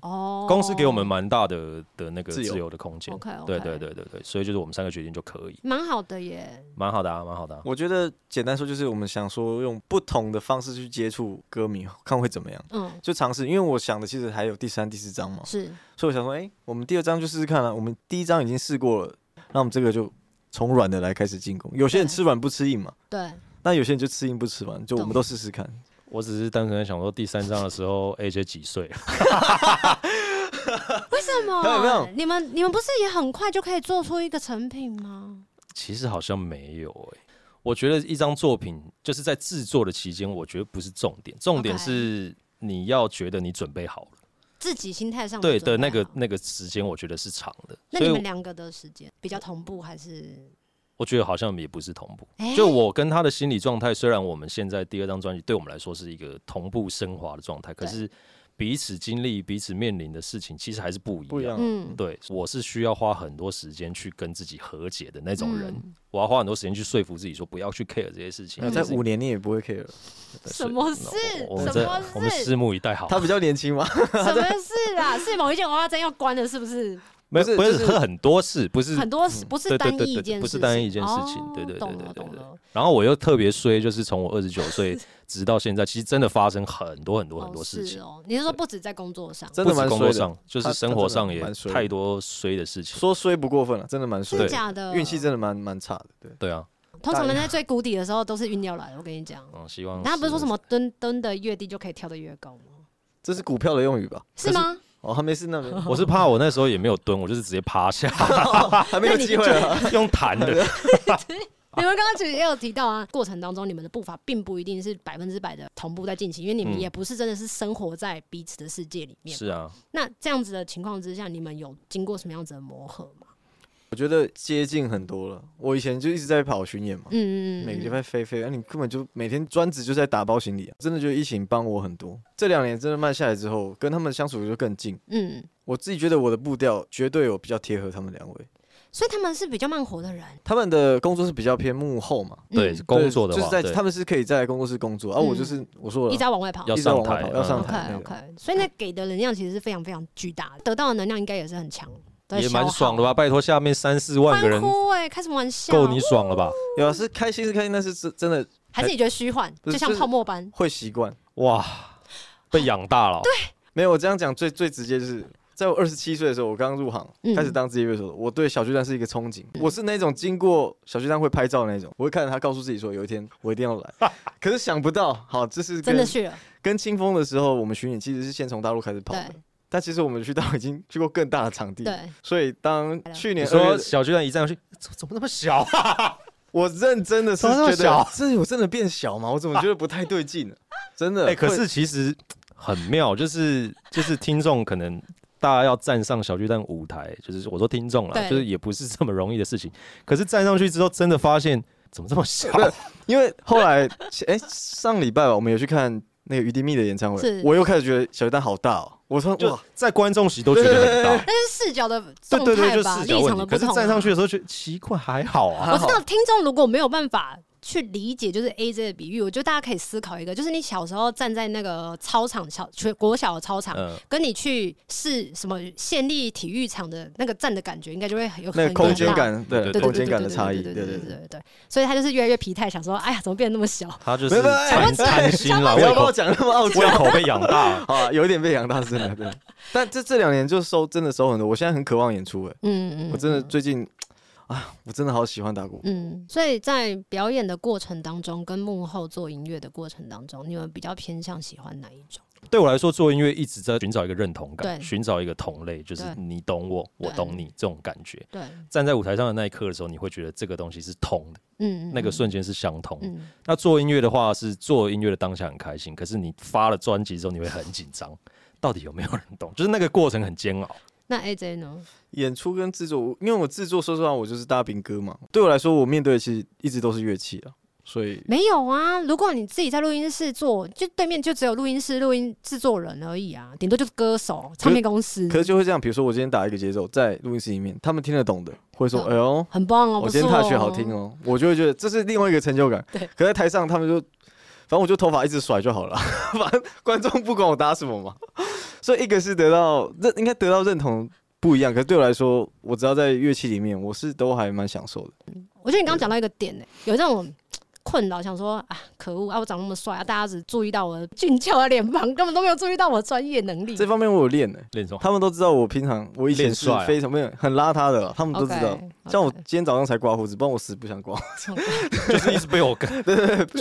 A: 哦，
B: 公司给我们蛮大的的那个
C: 自由
B: 自由的空间。
A: OK，
B: 对对，对对对，所以就是我们三个决定就可以，
A: 蛮好的耶。
B: 蛮好的啊，蛮好的、啊。
C: 我觉得简单说就是我们想说用不同的方式去接触歌迷，看会怎么样。
A: 嗯，
C: 就尝试，因为我想的其实还有第三、第四章嘛，
A: 是
C: 所以我想说，哎、我们第二章就试试看了、啊我们第一章已经试过了，那我们这个就从软的来开始进攻。有些人
A: 对啊
C: 吃软不吃硬嘛，
A: 对，
C: 那有些人就吃硬不吃软，就我们
A: 懂
C: 都试试看。
B: 我只是单纯地想说，第三章的时候 AJ 几岁了？
A: 为什
C: 还有没有
A: 么？你们你们不是也很快就可以做出一个成品吗？
B: 其实好像没有诶、我觉得一张作品就是在制作的期间，我觉得不是重点，重点
A: OK
B: 是你要觉得你准备好了。
A: 自己心态上
B: 对
A: 嗯准备
B: 的，那个
A: 好
B: 那个时间我觉得是长的，
A: 那
B: 所
A: 你们
B: 以我
A: 两个的时间比较同步还是？
B: 我觉得好像也不是同步。
A: 哎
B: 就我跟他的心理状态，虽然我们现在第二张专辑对我们来说是一个同步升华的状态，可
A: 对
B: 是彼此经历、彼此面临的事情，其实还是不一
C: 不一
B: 样
C: 样。
A: 嗯，
B: 对，我啊是需要花很多时间去跟自己和解的那种人，
A: 嗯
B: 我要花很多时间去说服自己，说不要去 care 这些事情。啊
C: 那
A: 嗯
C: 在
B: 这是
C: 五年你也不会 care，
B: 对
A: 什么事
B: 所以那我我们
A: 什
B: 这
A: 么
B: 我们
A: 事
B: 拭目以待好
C: 他
B: 了。
C: 比较年轻嘛，
A: 什么事啦？ 是某一件娃娃针要关了，是不是？
B: 没有
C: 不是
B: 不是
C: 就是
B: 是很多事，不是嗯
A: 很多事不是
B: 对对
A: 单
B: 对
A: 一一
B: 对
A: 件事情，
B: 不是单一一件事情
A: 哦
B: 对对对
A: 懂
B: 对
A: 了
B: 对
A: 懂
B: 对
A: 了。
B: 然后我又特别衰，就是从我二十九 岁直到现在，其实真的发生很多很多
A: 哦
B: 很多事
A: 是
B: 情，
A: 哦，你是说不止在工作上？
C: 真
B: 不
C: 的
B: 止
C: 蛮
B: 工作
C: 衰的。
B: 上，就
C: 他
B: 是生
C: 他
B: 活
C: 真的
B: 上也
C: 蛮衰的
B: 太多衰的事情。
C: 说衰不过分了，啊真的蛮衰
A: 真的
B: 对
C: 的，
A: 假的？
C: 运气真的蛮蛮差的。对，
B: 对啊，
A: 通常人在最谷底的时候都是运料来的，我跟你讲。
B: 嗯，希望
A: 他不是说什
B: 么
A: 么蹲蹲的越低就可以跳得越高吗？
C: 这是股票的用语吧？
A: 是吗？
C: 哦，还没事，那边
B: 我是怕我那时候也没有蹲，我就是直接趴 下，
C: 还没有机会啊。
B: 用弹的。
A: 你们刚刚其实也有提到啊，过程当中你们的步伐并不一定是百分之百的同步在进行，因为你们
B: 嗯
A: 也不是真的是生活在彼此的世界里面。
B: 是 啊，
A: 那这样子的情况之下，你们有经过什么样子的磨合吗？
C: 我觉得接近很多了。我以前就一直在跑巡
B: 哦
C: 演嘛，
A: 嗯嗯嗯，
C: 每个礼
A: 嗯
C: 拜飞飞，啊那、你根本就每天专职就在打包行李啊！真的觉得疫情帮我很多。这两年真的慢下来之后，跟他们相处就更近。
A: 嗯，
C: 我自己觉得我的步调绝对有比较贴合他们两位，
A: 所以他们是比较慢活的人。
C: 他们的工作是比较偏幕后嘛，
B: 对
A: 嗯
B: 工作的
C: 对就
B: 话，
C: 是在
B: 对
C: 他们是可以在工作室工作，而、啊、我就是我说了
A: 一直，要往外跑。
B: 要
C: 一直往
B: 上
C: 外
B: 台
C: 跑要上
B: 嗯
C: 台
A: 嗯 OK
C: 那个
A: OK，所以那给的能量其实是非常非常巨大的，得到的能量应该也是很强，都在
B: 也
A: 消
B: 蛮
A: 耗
B: 爽的吧？拜托，下面三四万个
A: 欢
B: 人
A: 呼哎、开什么玩笑？
B: 够你爽了吧？
C: 有啊是开心是开心，但是真真的
A: 还是你觉得虚幻，
C: 不
A: 就是像
C: 就是
A: 泡沫般？
C: 会习惯。
B: 哇，
A: 哦
B: 被养大了。对，
C: 没有，我这样讲最最直接就是，在我二十七岁的时候，我刚入行
A: 嗯
C: 开始当职业乐手，我对小巨蛋是一个憧憬。
A: 嗯
C: 我是那种经过小巨蛋会拍照的那种，我会看着他，告诉自己说有一天我一定要 来。可是想不到，好，这是
A: 真的
C: 跟
A: 去了，
C: 跟清风的时候，我们巡演其实是先从大陆开始跑的
A: 对，
C: 但其实我们去到已经去过更大的场地。
A: 对，
C: 所以当
A: 了
C: 去
B: 你
C: 年二
B: 说
C: 月
B: 小巨蛋一站上去，怎怎么那么小 啊？
C: 我认真的是
B: 怎么那么
C: 觉
B: 小
C: 得，这有真的变小吗？我怎么觉得不太对劲呢？真的，
B: 哎，可
C: 会
B: 是其实很妙，就是就是听众可能。大家要站上小巨蛋舞台，就是我说听众啦，
A: 对
B: 就是也不是这么容易的事情。可是站上去之后，真的发现怎么这么小？
C: 不是因为后来，哎、上礼拜吧，我们有去看那个于迪密的演唱
A: 是
C: 会，我又开始觉得小巨蛋好大哦。我说
B: 就
C: 哇，
B: 在观众席都觉得很大。
A: 但是视角的
B: 对
A: 动
B: 对对，
A: 态
B: 就
A: 吧，
B: 视角
A: 立
B: 问
A: 场的
B: 题。可
A: 不
B: 是
A: 同啊。
B: 站上去的时候，觉得奇怪，还好啊。
A: 我知道听众如果没有办法去理解，就是 A J 的比喻，我觉得大家可以思考一个，就是你小时候站在那个操场小全国小的操场，
B: 嗯，
A: 跟你去是什么县立体育场的那个站的感觉，应该就会很有
C: 那
A: 很
C: 个空
A: 很
C: 间
A: 大。
C: 感，对
A: 对
B: 对
A: 对
C: 空
A: 对
C: 间
A: 对
C: 感的
A: 对
C: 差异，
A: 对对
C: 对对
A: 对
C: 对
A: 对对对，所以他就是越来越疲态，想说，哎呀，怎么变得那么小？
B: 他就
C: 没
B: 是
C: 有没有
B: 贪
A: 没有
B: 贪 心啦，
C: 不
B: 胃
C: 要帮
B: 口
C: 我讲那么傲娇
B: 胃口被养大。
C: 啊，有一点被养大是真的。对，但这这两年就收真的收很多，我现在很渴望演出哎、
A: 嗯嗯，
C: 我真的最近啊，我真的好喜欢打鼓。
A: 嗯，所以在表演的过程当中，跟幕后做音乐的过程当中，你们比较偏向喜欢哪一种？
B: 对我来说，做音乐一直在寻找一个认同感，
A: 对
B: 寻找一个同类，就是
A: 对
B: 你懂我，我
A: 对
B: 懂你这种感觉。
A: 对，
B: 站在舞台上的那一刻的时候，你会觉得这个东西是通的，
A: 嗯，
B: 那个，瞬间是相通的。
A: 嗯
B: 那做音乐的话，是做音乐的当下很开心，可是你发了专辑之后，你会很紧张， 到底有没有人懂？就是那个过程很煎熬。
A: 那 AJ 呢？
C: 演出跟制作，因为我制作说实话，我就是大饼哥嘛。对我来说，我面对的其实一直都是乐器啊，所以
A: 没有啊，如果你自己在录音室做，就对面就只有录音室、录音制作人而已啊，顶多就是歌手、唱片公司
C: 可，是就会这样，比如说我今天打一个节奏在录音室里面，他们听得懂的会说：“
A: 嗯
C: 哎呦，
A: 很棒哦，
C: 我
A: 不
C: 今天
A: 错
C: 踏
A: 哦
C: 曲好听。哦。”我就会觉得这是另外一个成就感。
A: 对，
C: 可在台上他们就，反正我就头发一直甩就好了， 反正观众不管我打什么嘛。所以一个是得到认，应该得到认同不一样。可是对我来说，我只要在乐器里面，我是都还蛮享受的。
A: 我觉得你刚刚讲到一个点呢、有这种困扰，想说啊，可恶啊，我长那么帅啊，大家只注意到我俊俏的脸庞，根本都没有注意到我的专业能力。
C: 这方面我有练呢、
B: 练 什么
C: 他们都知道我平常我以前是
B: 练帅啊
C: 非常没有很邋遢的啦，他们都知道。
A: OK，
C: 像我
A: OK
C: 今天早上才刮胡子，不然我死不想 刮，
B: 就是一直被我 干，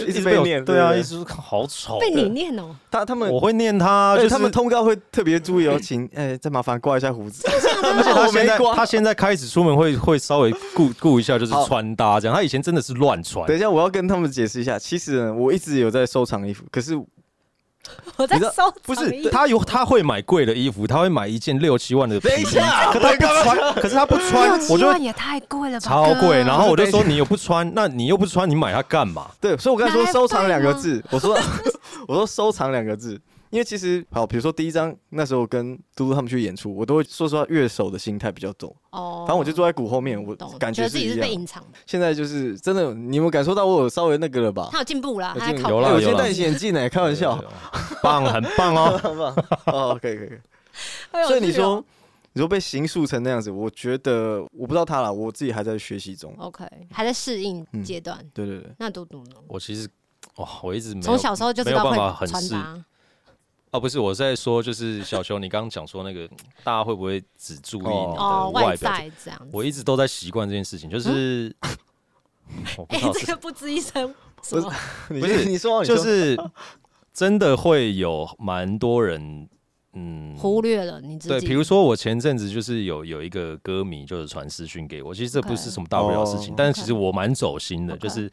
C: 一直
B: 我
C: 被念。
B: 对啊，
C: 不
B: 一直说好丑。
A: 被你念哦、
C: 他他们
B: 我会念他，
C: 而
B: 就
C: 且
B: 是
C: 他们通告会特别注意哦， 请哎，再麻烦刮一下胡子。
B: 而且他
C: 我
B: 现
C: 没
B: 在
C: 刮。
B: 他现在开始出门会会稍微顾顾一下，就是
C: 好
B: 穿搭这样。他以前真的是乱穿
C: 等，一下，我要跟他们解释一下，其实呢我一直有在收藏衣服，可是
A: 我在
C: 你知道
A: 收
B: 不
A: 藏意
B: 是他有他会买贵的衣服，他会买一件六七万的皮衣，可他不穿，可是他不穿
A: 六，七
B: 我就
A: 万
B: 会
A: 也太贵了吧，
B: 超贵。
A: 哥
B: 然后我就说你又不穿，那你又不穿，你买它干嘛？
C: 对，所以我刚才说
A: 拿来
C: 收藏
A: 拜
C: 两个
A: 吗
C: 字，我说 我说收藏两个字，因为其实好，比如说第一张那时候跟嘟嘟他们去演出，我都会说实话乐手的心态比较重，
A: 哦，
C: 反正我就坐在鼓后面，我
A: 懂
C: 感
A: 觉
C: 觉
A: 得
C: 是
A: 自己
C: 一
A: 是被
C: 样。
A: 隐藏的，
C: 现在就是真的，你们感受到我有稍微那个了吧？
A: 他有进步啦，
C: 有
A: 他在
C: 进
A: 考
B: 有啦
C: 哎我
A: 虑
C: 今天
B: 有啦
C: 戴隐形眼镜呢，开玩笑
B: 对，对，对棒，很棒哦。
C: 哦，可以可以可以。
A: 哎呦
C: 所以你
A: 是哦
C: 说，你说被形塑成那样子，我觉得我不知道他啦，我自己还在学习中。啊
A: OK，还在适应
C: 嗯
A: 阶段，
C: 对对 对，
A: 那嘟嘟呢？
B: 我其实哇，我一直没有
A: 从小时候就知
B: 没有
A: 道
B: 办
A: 会
B: 法很
A: 穿
B: 适
A: 搭，
B: 啊，不是我在说，就是小熊，你刚刚讲说那个大家会不会只注意你的
A: 哦，
B: 外表？
A: 在这样子。
B: 我一直都在习惯这件事情，就是 我不
A: 哎
B: 知道，
A: 这
B: 是
A: 个不吱一 声，什么？
C: 你
B: 不是
C: 你说啊你
B: 就
C: 说
B: 是真的会有蛮多人，嗯，
A: 忽略了你自己。
B: 对，比如说我前阵子就是有有一个歌迷就是传私讯给我，其实这不
A: OK
B: 是什么大不了的事情
C: 哦
B: 但是其实我蛮走心的
A: OK
B: 就是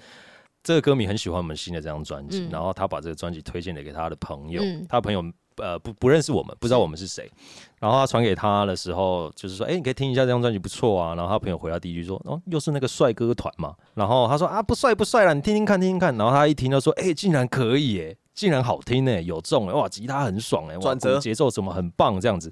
B: 这个歌迷很喜欢我们新的这张专辑
A: 嗯
B: 然后他把这个专辑推荐了给他的朋友，
A: 嗯
B: 他朋友呃不不认识我们，不知道我们是谁，然后他传给他的时候就是说，哎、你可以听一下这张专辑不错啊，然后他朋友回他第一句说，哦，又是那个帅哥团嘛，然后他说啊不帅不帅啦，你听听看听听看，然后他一听就说，哎、竟然可以耶、竟然好听呢、有中哎、哇，吉他很爽哎、哇
C: 转折
B: 鼓节奏什么很棒这样子，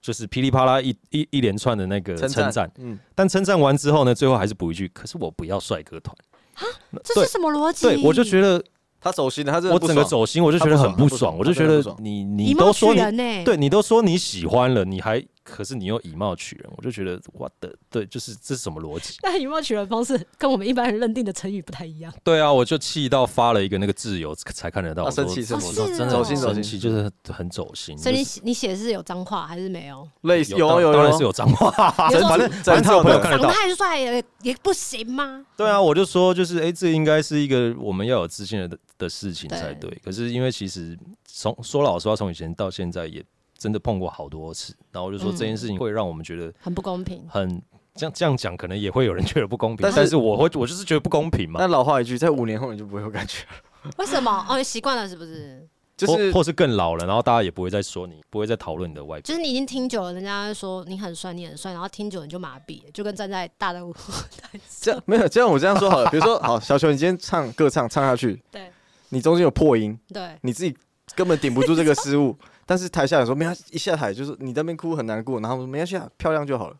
B: 就是噼里啪啦一一一连串的那个称赞，，
C: 嗯，
B: 但称赞完之后呢，最后还是补一句：“可是我不要帅哥团。”
A: 啊这
B: 对
A: 是什么逻辑？
B: 对，我就觉得
C: 他走心了，他真的
B: 我
C: 不
B: 整个
C: 爽
B: 走心，我就觉得很不爽，
C: 他
B: 我
C: 不
B: 就
C: 爽
B: 觉
C: 他不
B: 得
C: 爽
B: 你
A: 以
B: 你
A: 貌
B: 都
A: 取
B: 说你
A: 人呢、欸？
B: 对你都说你喜欢了，你还可是你又以貌取人，我就觉得我的对，就是这是什么逻辑？
A: 那以貌取人方式跟我们一般人认定的成语不太一样。
B: 对啊，我就气到发了一个那个自由才看得到，
C: 啊
B: 我说
C: 生气是
B: 我
A: 吗
B: 说
A: 哦
B: 真
A: 是哦
B: 的
A: 走
B: 很
A: 心
C: 走
B: 生
C: 心
B: 气，就是很走心。
A: 所以你
B: 就是
A: 写你写的是有脏话还是没有？
C: 类似有
B: 当
C: 啊有啊
B: 当然
C: 有啊
B: 是有脏话，
A: 有种
B: 反正反正他有朋友看得
A: 长得
B: 到。
A: 太帅也也不行吗？
B: 对
C: 嗯
B: 啊，我就说就是哎、诶这应该是一个我们要有自信的的事情才对。
A: 对
B: 可是因为其实从说老实话，从以前到现在也真的碰过好多次，然后我就说
A: 嗯
B: 这件事情会让我们觉得
A: 很不公 平。
B: 很。这样这样讲，可能也会有人觉得不公平，
C: 但
B: 但
C: 是
B: 是我会，我就是觉得不公平嘛，
C: 但老话一句，在五年后你就不会有感觉了，
A: 为什么？哦，你习惯了是不是？
C: 就是啊
B: 或或是更老了，然后大家也不会再说你，不会再讨论你的外表。
A: 就是你已经听久了，人家说你很帅，你很帅，然后听久了你就麻痹了，就跟站在大的舞 台
C: 这
A: 上
C: 样。没有这样，我这样说好了。比如说，好，小球，你今天唱歌唱唱下去，
A: 对
C: 你中间有破音，
A: 对，
C: 你自己根本顶不住这个失误， 但是台下人说没关系，一下台就是你在那边哭很难过，然后我说没关系啊，漂亮就好了，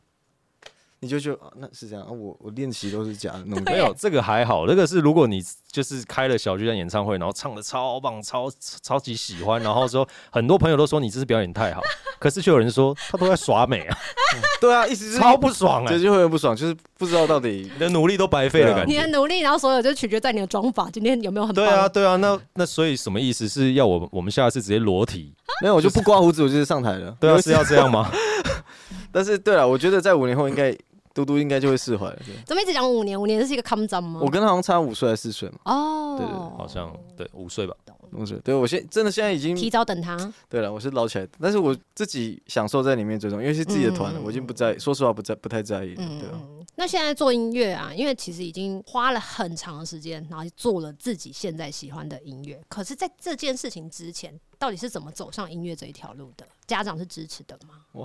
C: 你就觉得、啊、那是这样啊，我我练习都是假的，弄
A: 对
B: 没有这个还好，这个是如果你就是开了小巨蛋演唱会，然后唱的超棒、超超级喜欢，然后说很多朋友都说你这次表演太好，可是却有人说他都在耍美啊，
C: 对啊，意 思是
B: 超不爽啊、
C: 这就会很不爽，就是不知道到底
B: 你的努力都白费的感
A: 你的
B: 觉。
A: 努力，然后所有就取决在你的妆法，今天有没有很棒？
B: 对啊，对啊，那那所以什么意思？是要我我们下次直接裸体？
C: 没有，我就不刮胡子，我 就是上台了。
B: 对啊，
C: 有一次
B: 是要这样吗？
C: 但是对了，啊我觉得在五年后应该嘟嘟应该就会释怀了。对
A: 怎么一直讲五年？五年这是一个康张吗？
C: 我跟他好像差五岁还是四岁嘛，
A: 哦，
C: 对对对
B: 好像对五岁吧，
C: 五岁。对我现真的现在已经
A: 提早等他。
C: 对了，我是捞起来的，但是我自己享受在里面最重要，因为是自己的团了，
A: 嗯
C: 我已经不在意，说实话不在不太在意了，对啊，
A: 嗯，那现在做音乐啊，因为其实已经花了很长的时间，然后做了自己现在喜欢的音乐。可是，在这件事情之前，到底是怎么走上音乐这一条路的？家长是支持的吗？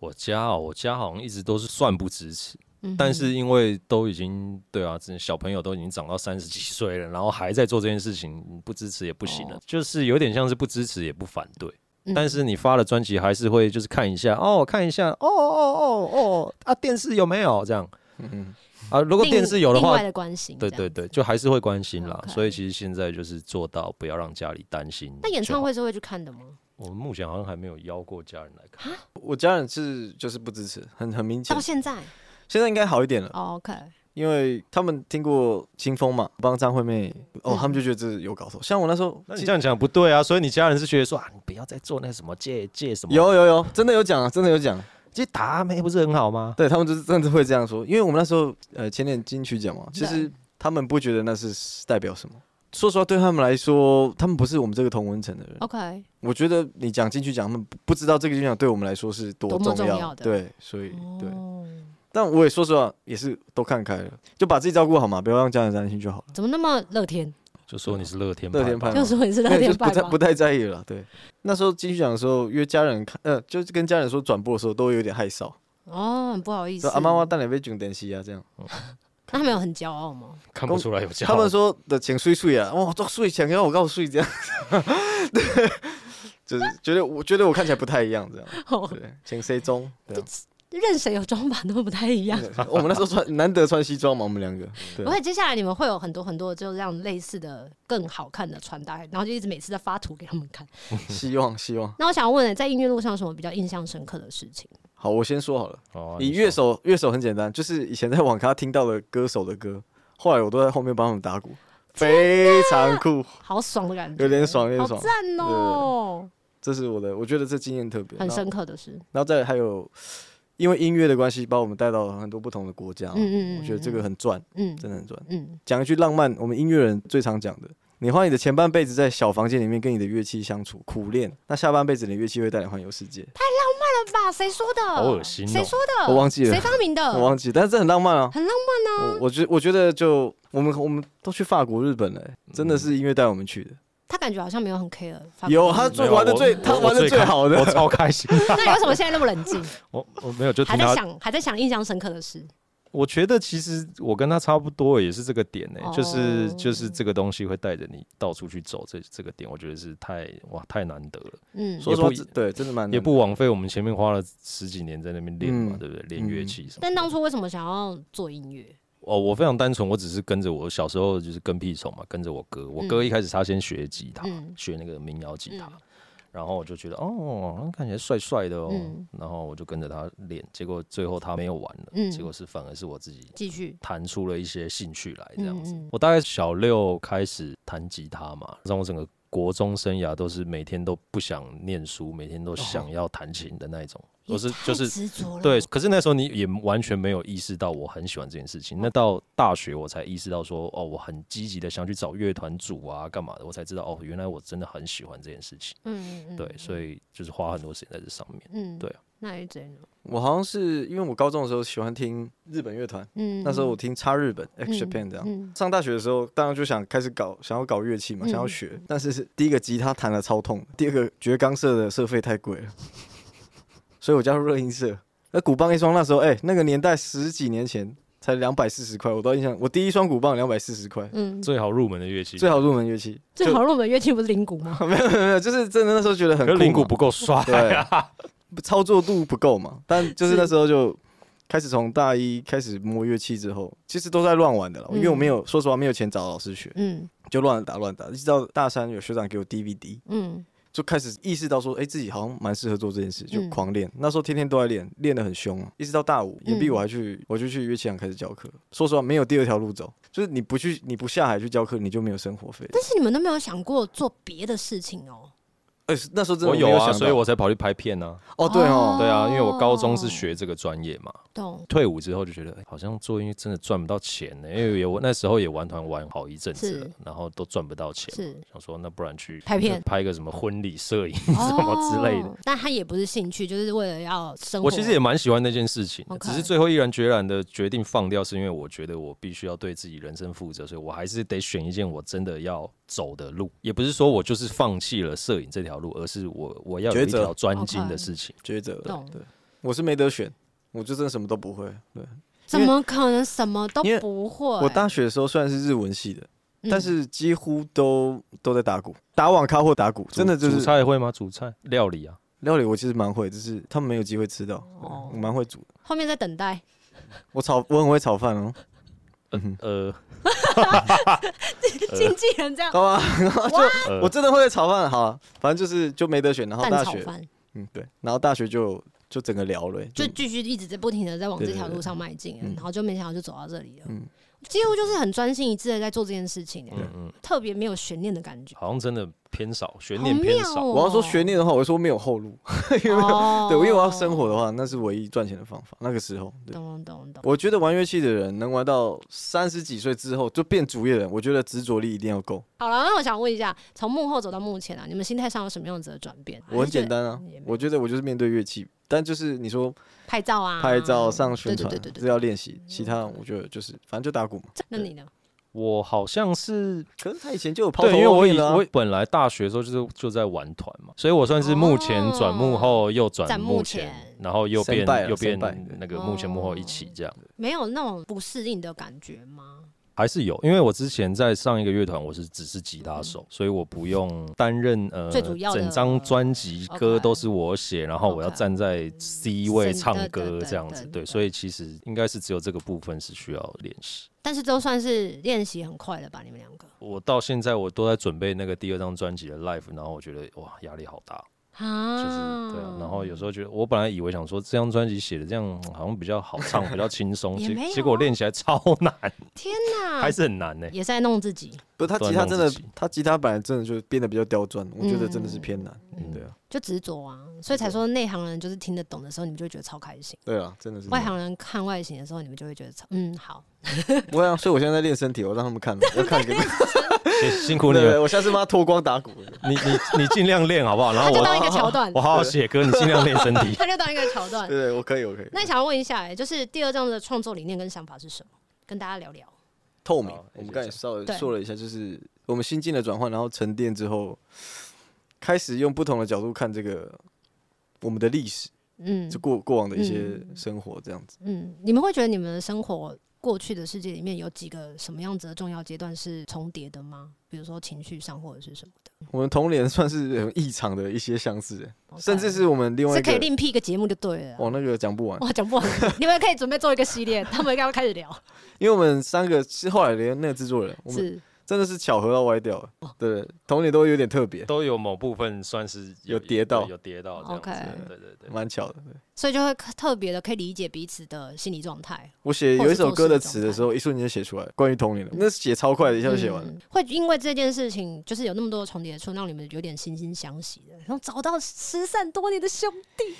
B: 我家哦，我家好像一直都是算不支持，
A: 嗯哼，
B: 但是因为都已经对啊，这小朋友都已经长到三十几岁了，然后还在做这件事情，不支持也不行了，
A: 哦
B: 就是有点像是不支持也不反对。
A: 嗯，
B: 但是你发了专辑，还是会就是看一下哦，看一下哦哦哦哦啊，电视有没有这样
C: 嗯，
B: 啊？如果
A: 另
B: 电视有的
A: 另
B: 话
A: 外，的关心，
B: 对对
A: 这样。
B: 对，就还是会关心啦。
A: OK
B: 所以其实现在就是做到不要让家里担心。
A: 那演唱，会是会去看的吗？
B: 我们目前好像还没有邀过家人来看。
C: 我家人是就是不支持，很很明显
A: 到，现在、
C: 现在应该好一点了，
A: 哦、，OK，
C: 因为他们听过清风嘛，帮张惠妹，哦
A: 嗯，
C: 他们就觉得这有搞头，像我那时候
B: 那你这样讲不对啊，所以你家人是觉得说啊，你不要再做那什么借借什么，
C: 有有有，真的有讲啊，真的有讲，
B: 这打妹不是很好吗？
C: 对他们就是真的会这样说，因为我们那时候呃前年金曲奖嘛，其实
A: 对
C: 他们不觉得那是代表什么。说实话，对他们来说，他们不是我们这个同文层的人。
A: OK，
C: 我觉得你讲金曲奖，他们不不知道这个金曲奖对我们来说是多
A: 多么
C: 重
A: 重要的
C: 对，所以对。
A: 哦，
C: 但我也说实话，也是都看开了，就把自己照顾好嘛，不要让家人担心就好了。
A: 怎么那么乐天？
B: 就说你是乐天
C: 乐天
B: 派
C: 派
B: 吧，
A: 就说你是乐
C: 对嗯就
A: 天
C: 是不
A: 派
C: 太
A: 吗
C: 不太在意了。对，那时候金曲奖的时候约家人看，呃，就是跟家人说转播的时候都有点害臊，
A: 哦，很不好意思。
C: 说啊妈妈，带你被囧点戏啊这样。
A: 那他们有很骄傲吗？
B: 看不出来有家人。
C: 他们说的请睡睡啊，哇，做睡想要我告睡这样，对，就是觉得我觉得我看起来不太一样这样，对，请谁中这样，
A: 任哦谁有妆法都不太一样。
C: 对我们那时候穿难得穿西装嘛，我们两个，对
A: 不，会，接下来你们会有很多很多就这样类似的更好看的穿搭，然后就一直每次在发图给他们看。
C: 希望希望。
A: 那我想问、在音乐路上有什么比较印象深刻的事情？
C: 好，我先说好了，
B: 哦
C: 以
B: 你
C: 乐
B: 说
C: 手乐手很简单，就是以前在网咖听到的歌手的歌，后来我都在后面帮他们打鼓，非常酷，
A: 好爽的感觉，
C: 有点爽，有点
A: 好
C: 爽，
A: 赞哦、
C: 这是我的，我觉得这经验特别，
A: 很
C: 然后
A: 深刻的是，
C: 然后再来还有，因为音乐的关系，把我们带到很多不同的国家嘛。
A: 嗯嗯嗯
C: 我觉得这个很赚，
A: 嗯
C: 真的很赚。
A: 嗯，
C: 讲一句浪漫，我们音乐人最常讲的：你花你的前半辈子在小房间里面跟你的乐器相处苦练，那下半辈子你的乐器会带你环游世界。
A: 对吧？谁说的？
B: 好恶心哦
A: 谁说的？
C: 我忘记了
A: 谁发明的？
C: 我忘记，但是这很浪漫啊，
A: 呃很浪
C: 漫啊。我我觉我觉得就我们我们都去法国、日本了、欸真
B: 嗯
C: 的是音乐带我们去的。
A: 他感觉好像没有很 care 法国人。
C: 有他最
B: 没有
C: 玩的
B: 我
C: 最
B: 我
C: 他
B: 我
C: 玩的
B: 最
C: 最
B: 开
C: 好的
B: 我，超开心。
A: 那你为什么现在那么冷静？
B: 我我没有就
A: 还
B: 听
A: 在
B: 他
A: 想，还在想印象深刻的事。
B: 我觉得其实我跟他差不多，也是这个点呢、
A: 哦
B: 就是就是这个东西会带着你到处去走，这这个点我觉得是太哇太难得了，
A: 嗯，
C: 说实话，
B: 也不
C: 这对，真的蛮
B: 也
C: 难
B: 不枉费我们前面花了十几年在那边练嘛，
C: 嗯
B: 对不对？练乐器什么的。
A: 但当初为什么想要做音乐？
B: 哦，我非常单纯，我只是跟着我小时候就是跟屁虫嘛，跟着我哥。我哥一开始他先学吉他，
A: 嗯
B: 学那个民谣吉他，
A: 嗯
B: 然后我就觉得哦，看起来帅帅的哦，
A: 嗯
B: 然后我就跟着他练。结果最后他没有玩了，
A: 嗯
B: 结果是反而是我自己
A: 继续，
B: 弹出了一些兴趣来，这样子。
A: 嗯嗯
B: 我大概小六开始弹吉他嘛，让我整个国中生涯都是每天都不想念书，每天都想要弹琴的那一种。我是
A: 哦也太
B: 就是
A: 执着
C: 嗯
A: 了，
B: 对，可是那时候你也完全没有意识到我很喜欢这件事情。那到大学我才意识到说，哦，我很积极的想去找乐团组啊，干嘛的，我才知道哦，原来我真的很喜欢这件事情。
A: 嗯，嗯嗯，
B: 对，所以就是花很多时间在这上面。
A: 嗯，
B: 对啊。
A: 那一整呢？
C: 我好像是因为我高中的时候喜欢听日本乐团，
A: 嗯，
C: 那时候我听差日本 X Japan 这样。
A: 样，
C: 上大学的时候，当然就想开始搞，想要搞乐器嘛，
A: 嗯
C: 想要学。但是是第一个吉他弹的超痛，第二个觉得钢社的社费太贵了， 所以我加入热音社。那鼓棒一双那时候，哎、那个年代十几年前才两百四十块，我都印象，我第一双鼓棒两百四十块，
A: 嗯，
B: 最好入门的乐器，
C: 最好入门乐器。
A: 最好入门乐器不是铃鼓吗？
C: 没有没有没有，就是真的那时候觉得很
B: 可是
C: 酷
B: 铃鼓
C: 嘛
B: 不够帅，
C: 对，操作度不够嘛。但就是
A: 是
C: 那时候就开始从大一开始摸乐器之后，其实都在乱玩的了，
A: 嗯
C: 因为我没有说实话没有钱找老师学，
A: 嗯
C: 就乱打乱打，一直到大三有学长给我 DVD，
A: 嗯
C: 就开始意识到说，哎、自己好像蛮适合做这件事，就
A: 嗯
C: 狂练。那时候天天都在练，练得很凶啊，一直到大五，
A: 嗯
C: 也比我还去，我就去乐器行开始教课。说实话，没有第二条路走，就是你不去，你不下海去教课，你就没有生活费。
A: 但是你们都没有想过做别的事情哦。
C: 哎、那时 候真的
B: 我
C: 没有
B: 有
C: 想
B: 啊，
C: 到
B: 所以我才跑去拍片啊。
C: 哦，对哦，
B: 对啊，因为我高中是学这个专业嘛，
A: 懂，
B: 退伍之后就觉得、哎好像做音乐真的赚不到钱呢、因为也我那时候也玩团玩好一阵子了
A: 是，
B: 然后都赚不到钱嘛，
A: 是
B: 想说那不然去
A: 拍片哦
B: 拍一个什么婚礼摄影
A: 什
B: 什么之类的。
A: 但他也不是兴趣，就是为了要生活。啊
B: 我其实也蛮喜欢那件事情的
A: OK
B: 只是最后毅然决然的决定放掉，是因为我觉得我必须要对自己人生负责，所以我还是得选一件我真的要走的路。也不是说我就是放弃了摄影这条路，而是我我要有一
C: 抉择
B: 条专精
A: OK
B: 的事情。
C: 抉择了
A: 懂。
C: 对，我是没得选，我就真的什么都不会。对
A: 怎么可能什么都
C: 因为
A: 不会？
C: 我大学的时候虽然是日文系的，
A: 嗯
C: 但是几乎都都在打鼓，打网咖或打鼓，真的就
B: 煮
C: 是
B: 菜会吗？煮菜料理啊，
C: 料理我其实蛮会，只是他们没有机会吃到，
A: 哦
C: 我蛮会煮的。
A: 后面在等待，
C: 我炒我很会炒 饭哦，
B: 呃
A: 经纪人这样
C: 好吧，
B: 呃，
C: 我真的会炒饭。好啊，反正就是就没得选，然后
A: 蛋
C: 呃大
A: 炒
C: 学，
A: 饭，
C: 嗯对，然后大学就就整个聊了、欸
A: 就
C: 就
A: 继续一直在不停的在往
C: 对
A: 这
C: 对
A: 条
C: 对
A: 路上迈进，啊
C: 嗯
A: 然后就没想到就走到这里了
C: 嗯。
A: 几乎就是很专心一致的在做这件事情，啊
B: 嗯嗯，
A: 特别没有悬念的感觉，
B: 好像真的偏少，悬
A: 好
B: 念偏
A: 妙
B: 少。
A: 哦！
C: 我要说悬念的话，我会说没有后路，
A: 哦，
C: 对，因为我要生活的话，那是唯一赚钱的方法。那个时候，对。
A: 懂，懂懂懂，
C: 我觉得玩乐器的人能玩到三十几岁之后就变主业人，我觉得执着力一定要够。
A: 好了，那我想问一下，从幕后走到幕前啊，你们心态上有什么样子的转变？
C: 我很简单啊
A: 还是觉得，
C: 我觉得我就是面对乐器，但就是你说
A: 拍照啊，
C: 拍照、上宣
A: 对
C: 传
A: 对对对
C: 这
A: 对
C: 要练习，其他我觉得就是反正就打鼓嘛。
A: 那你呢？
B: 我好像是
C: 可是他以前就有抛头
B: 对，因为我
C: 露
B: 以
C: 面了啊
B: 我本来大学的时候就是就在玩团嘛，所以我算是幕前转幕后，又
A: 转
B: 转
A: 幕
B: 幕
A: 前
B: 前，然后又
C: 哦先拜
B: 变
C: 了哦
B: 又变
C: 先拜对
B: 那个幕前幕后一起这样，
A: 没有那种不适应的感觉吗？
B: 还是有，因为我之前在上一个乐团我是只是吉他手，所以我不用担任呃
A: 最主要的
B: 整张专辑
A: OK
B: 歌都是我写，然后我要
A: OK
B: 站在 C 位
A: 是
B: 唱
A: 对对
B: 歌
A: 对
B: 这样子
A: 对，对
B: 对，所以其实应该是只有这个部分是需要练习。
A: 但是都算是练习很快了吧？你们两个
B: 我到现在我都在准备那个第二张专辑的 live，然后我觉得哇压力好大，就是
A: 啊，
B: 对啊，然后有时候觉得我本来以为想说这张专辑写的这样嗯好像比较好唱，比较轻松，
A: 也
B: 结
A: 没有
B: 结果练起来超 难，
A: 天哪，
B: 还是很难呢、
A: 也是在弄自己，
C: 不是他
B: 都在
C: 吉他
B: 弄
C: 真
B: 自
C: 的
B: 己，
C: 他吉他本来真的就变得比较刁钻，我觉得真的是
A: 嗯
C: 偏难。
B: 嗯
C: 对啊，
A: 就执着啊，所以才说内行人就是听得懂的时候，你们就会觉得超开心；
C: 对啊，真的是
A: 外
C: 这样
A: 行人看外形的时候，你们就会觉得超嗯好。
C: 不会啊，所以我现在在练身体，我让他 们看，我看给你们。
B: 谢谢辛苦
C: 对
B: 你
C: 对，
B: 了，
C: 我下次帮他脱 光打鼓。
B: 你你你尽量练好不好？然
A: 他
B: 后
A: 就
B: 我
A: 当一个桥段
B: 我，好好写歌，你尽量练身 体。
A: 他就当一个桥段
C: 对。对，我可以，我可以。
A: 那想要问一下、欸，就是第二章的创作理念跟想法是什么？跟大家聊聊。
C: 透明
B: 好。
C: 我们刚才稍微
A: 对
C: 说了一下，就是我们心境的转换，然后沉淀之后，开始用不同的角度看这个我们的历史，
A: 嗯
C: 就过过往的一些
A: 嗯
C: 生活这样子。
A: 嗯，你们会觉得你们的生活过去的世界里面有几个什么样子的重要阶段是重叠的吗？比如说情绪上或者是什么的，
C: 我们童年算是很异常的一些相似，甚至是我们另外
A: 哦是
C: 一
A: 可以
C: 个，
A: 另辟一个节目就对了啊。
C: 哦，那个讲不完，
A: 哇，讲 不完，你们可以准备做一个系列，他们应该会开 始聊。
C: 因为我们三个是后来连那个制作人，我们
A: 是，哦
C: 真的是巧合到歪掉了。对，童年都有点特别，
B: 都有某部分算是
C: 有跌到
B: 对有跌到这样子
A: OK
B: 对对对。
C: 蛮巧的。对
A: 所以就会特别的可以理解彼此的心理状态。
C: 我写
A: 或
C: 有一
A: 是
C: 首
A: 做
C: 歌
A: 事
C: 的
A: 的
C: 词
A: 状
C: 的
A: 态
C: 时候，一瞬间写出来，关于童年的，那写超快的，一下就写完了。
A: 嗯会因为这件事情，就是有那么多的重叠处，让你们有点惺惺相惜的，然后找到失散多年的兄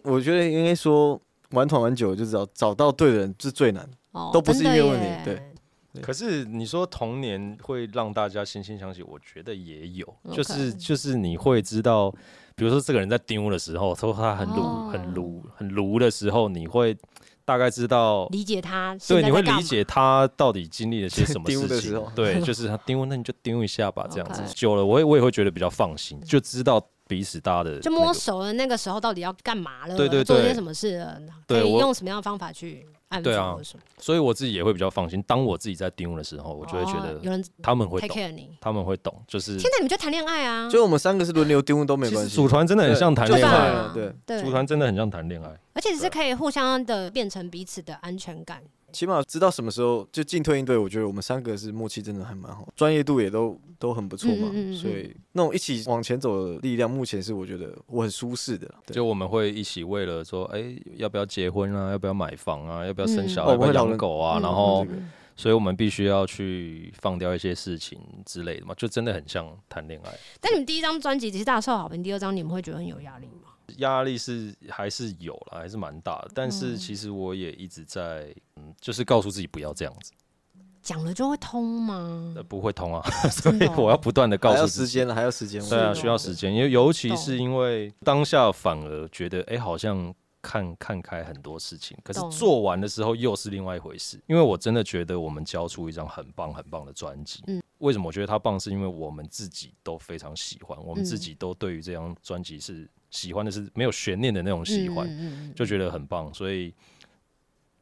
C: 我觉得应该说玩团玩久了就知道，找到对的人是最难的。
A: 哦，
C: 都不是
A: 真的
C: 音乐问题
A: 耶
C: 对，
B: 可是你说童年会让大家惺惺相惜，我觉得也有，
A: OK
B: 就是就是你会知道，比如说这个人在丢的时候，说他很鲁、
A: 哦
B: 很鲁、很鲁的时候，你会大概知道。
A: 理解他，
B: 对，你会理，解他到底经历了些什么
C: 丢的
B: 事
C: 时候
B: 情。对，就是他丢，那你就丢一下吧，这样子
A: OK 嗯
B: 久了，我也我也会觉得比较放心，就知道彼此大家的、那
A: 就
B: 个
A: 摸熟了那个时候到底要干嘛了，
B: 对对对
A: 做些什么事了，可
B: 对
A: 以
B: 我
A: 用什么样的方法去按住
B: 对啊
A: 或什么，
B: 所以我自己也会比较放心。当我自己在丢的时候，我就会觉
A: 哦有
B: 得
A: 人
B: 他们会
A: take
B: 懂，嗯
A: care 你。
B: 他们会懂，就是
A: 天哪，你们就谈恋爱啊？
C: 就我们三个是轮流丢都没
B: 其
C: 关
B: 实
C: 系，
B: 组团真的很像谈
C: 对
B: 恋
C: 就
B: 爱
C: 是
B: 啊，
C: 啊对
A: 对
B: 组，团真的很像谈恋爱。
A: 而且是可以互相的变成彼此的安全感。
C: 起码知道什么时候就进退应对。我觉得我们三个是默契真的还蛮好，专业度也都都很不错嘛，
A: 嗯嗯嗯嗯
C: 所以那种一起往前走的力量，目前是我觉得我很舒适的啦。对
B: 就我们会一起为了说，哎、要不要结婚啊？要不要买房啊？要不要生小
A: 嗯
B: 孩？
C: 哦
B: 要不要
C: 我会讨
B: 养
C: 论
B: 狗啊？
A: 嗯
B: 然后
C: 这，个
B: 所以我们必须要去放掉一些事情之类的嘛，就真的很像谈恋爱。
A: 但你们第一张专辑其实大受好评，第二张你们会觉得很有压力吗？
B: 压力是还是有啦，还是蛮大的。但
A: 嗯
B: 是其实我也一直在，嗯，就是告诉自己不要这样子，
A: 讲了就会通吗
B: 呃？不会通啊，所
A: 真
B: 以
A: 的哦
B: 我要不断的告
C: 还
B: 诉
C: 要
B: 自
C: 时
B: 己。
C: 间了，还要时间。嗯
A: 是
B: 对啊，
A: 哦
B: 需要时间，因为尤其
A: 懂
B: 是因为当下反而觉得，哎、好像看看开很多事情，可是
A: 懂
B: 做完的时候又是另外一回事。因为我真的觉得我们交出一张很棒很棒的专辑。
A: 嗯
B: 为什么我觉得它棒？是因为我们自己都非常喜欢，我们
A: 嗯
B: 自己都对于这张专辑是喜欢的，是没有悬念的那种喜欢。
A: 嗯嗯嗯
B: 就觉得很棒，所以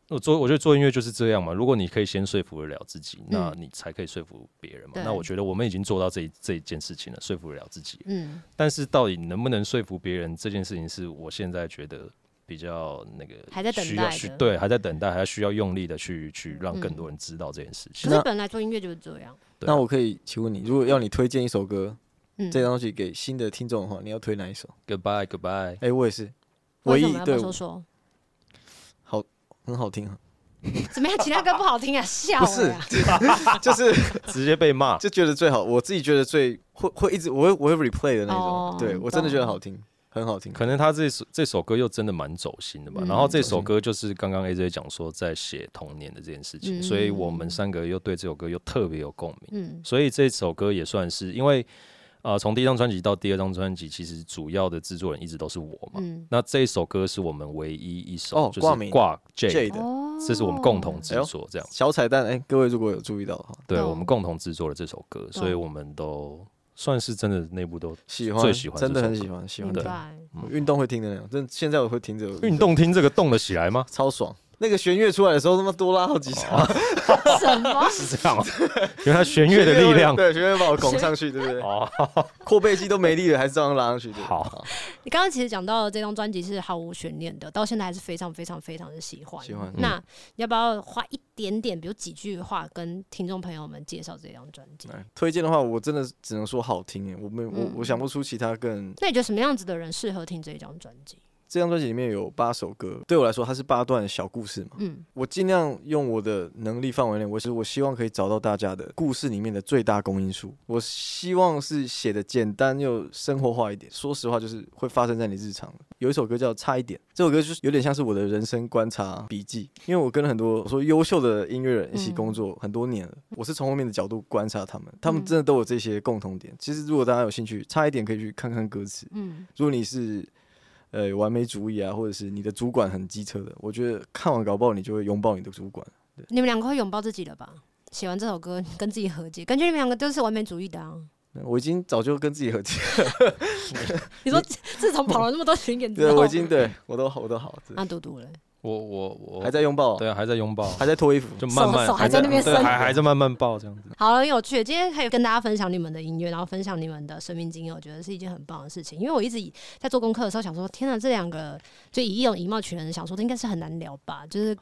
B: 我做我觉得做音乐就是这样嘛。如果你可以先说服得了自己，那你才可以说服别人嘛。
A: 嗯对
B: 那我觉得我们已经做到这一这一件事情了，说服得了自己。
A: 嗯，
B: 但是到底能不能说服别人这件事情，是我现在觉得比较那个
A: 还在等
B: 需要
A: 待
B: 需
A: 的嗯
B: 对还在等待，还需要用力的去去让更多人知道这件事
A: 可
B: 情。
A: 是
C: 那
A: 本来做音乐就是这样，
B: 对啊
C: 那我可以请问你，如果要你推荐一首歌，
A: 嗯，
C: 这张东西给新的听众的话，你要推哪一首？
B: Goodbye Goodbye，
C: 哎、我也是，
A: 为
C: 唯
A: 什
C: 一
A: 么要不
C: 对
A: 要说说？
C: 好很好听啊，
A: 怎么样？其他歌不好 听啊，笑
C: 不
A: 我
C: 是
A: 呀！，
C: 就是
B: 直接被骂。
C: 就觉得最好，我自己觉得最会会一直我会我会 replay 的那种，
A: 哦
C: 对我真的
A: 懂
C: 觉得好听，很好听。
B: 可能他这首这首歌又真的蛮走心的吧。
A: 嗯
B: 然后这首歌就是刚刚 AJ 讲说在写童年的这件事情，
A: 嗯
B: 所以我们三个又对这首歌又特别有共鸣，
A: 嗯
B: 所以这首歌也算是因为呃从第一张专辑到第二张专辑，其实主要的制作人一直都是我嘛。
A: 嗯，
B: 那这首歌是我们唯一一首，
C: 哦
B: 就是
C: 挂名
B: 挂 J，
C: Jade
A: 哦
B: 这是我们共同制作，这样、
C: 小彩蛋，哎、各位如果有注意到的话，
B: 对
A: 懂
B: 我们共同制作了这首歌，所
A: 哦
B: 以我们都算是真的内部都
C: 喜欢，
B: 最喜欢
C: 真的
B: 这首
C: 很
B: 歌
C: 喜欢，喜
A: 明
C: 欢听。
A: 白。
B: 嗯
C: 运动会听的那种，真的现在我会听着
B: 运动听这个动得起来吗？
C: 超爽。那个弦乐出来的时候，他妈多拉好几下，
A: 什么？
B: 是这样、哦，原来弦哦乐的力量。
C: 对，弦乐把我拱上去，对不对？
B: 哦，
C: 扩背肌都没力了，还是照样拉上去。对
B: 好，
A: 你刚刚其实讲到的这张专辑是毫无悬念的，到现在还是非常非常非常的喜欢。
C: 喜欢嗯
A: 那你要不要花一点点，比如几句话，跟听众朋友们介绍这张专辑？
C: 来推荐的话，我真的只能说好听耶，我没我
A: 嗯
C: 我想不出其他更。
A: 那你觉得什么样子的人适合听这张专辑？
C: 这张专辑里面有八首歌，对我来说它是八段小故事嘛，
A: 嗯
C: 我尽量用我的能力范围内，我是我希望可以找到大家的故事里面的最大公因数。我希望是写的简单又生活化一点。说实话，就是会发生在你日常。有一首歌叫《差一点》，这首歌就是有点像是我的人生观察笔记，因为我跟很多我说优秀的音乐人一起工
A: 嗯
C: 作很多年了，我是从后面的角度观察他们，他们真的都有这些共同点。其实如果大家有兴趣，差一点可以去看看歌词。
A: 嗯，
C: 如果你是呃有完美主义啊，或者是你的主管很机车的，我觉得看完搞不好你就会拥抱你的主管。
A: 你们两个会拥抱自己了吧？写完这首歌，跟自己和解，感觉你们两个都是完美主义的啊。
C: 我已经早就跟自己和解，
A: 你说自从跑了那么多巡演之
C: 对啊
A: 后，啊
C: 我已经对我都好，我都好，对
A: 那嘟嘟嘞，
B: 我我我
C: 还在拥抱，
B: 啊对啊，还在拥抱，
C: 还在脱衣服，
B: 就慢慢
A: 手手还在那边
B: 对啊
A: 伸
B: 还还在慢慢抱这样子。
A: 好很有趣。今天可以跟大家分享你们的音乐，然后分享你们的生命经验，我觉得是一件很棒的事情。因为我一直以在做功课的时候想说，天哪，啊这两个就以一种以貌取人，想说应该是很难聊吧，就是。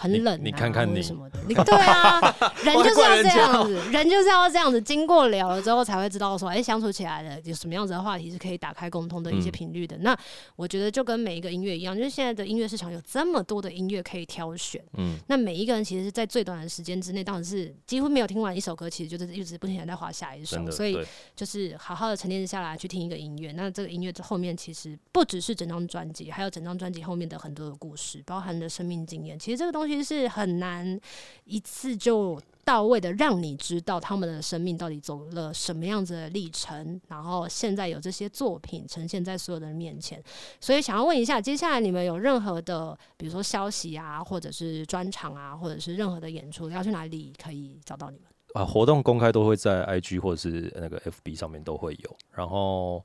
A: 很冷、啊
B: 你你看看
A: 或者
B: 你
A: 什么 的，你对啊，人就是要这样子，人就是要这样子，经过聊了之后才会知道说，哎、相处起来的有什么样子的话题是可以打开共通的一些
B: 嗯
A: 频率的。那我觉得就跟每一个音乐一样，就是现在的音乐市场有这么多的音乐可以挑选，
B: 嗯，
A: 那每一个人其实是在最短的时间之内，当然是几乎没有听完一首歌，其实就是一直不停的在划下一
B: 真
A: 首，
B: 的，
A: 所以
B: 对
A: 就是好好的沉淀下来去听一个音乐。那这个音乐后面其实不只是整张专辑，还有整张专辑后面的很多的故事，包含了生命经验。其实这个东西是很难一次就。到位的，让你知道他们的生命到底走了什么样子的历程，然后现在有这些作品呈现在所有的人面前。所以想要问一下，接下来你们有任何的，比如说消息啊，或者是专场啊，或者是任何的演出，要去哪里可以找到你们？
B: 啊，活动公开都会在 IG 或者是那个 FB 上面都会有。然后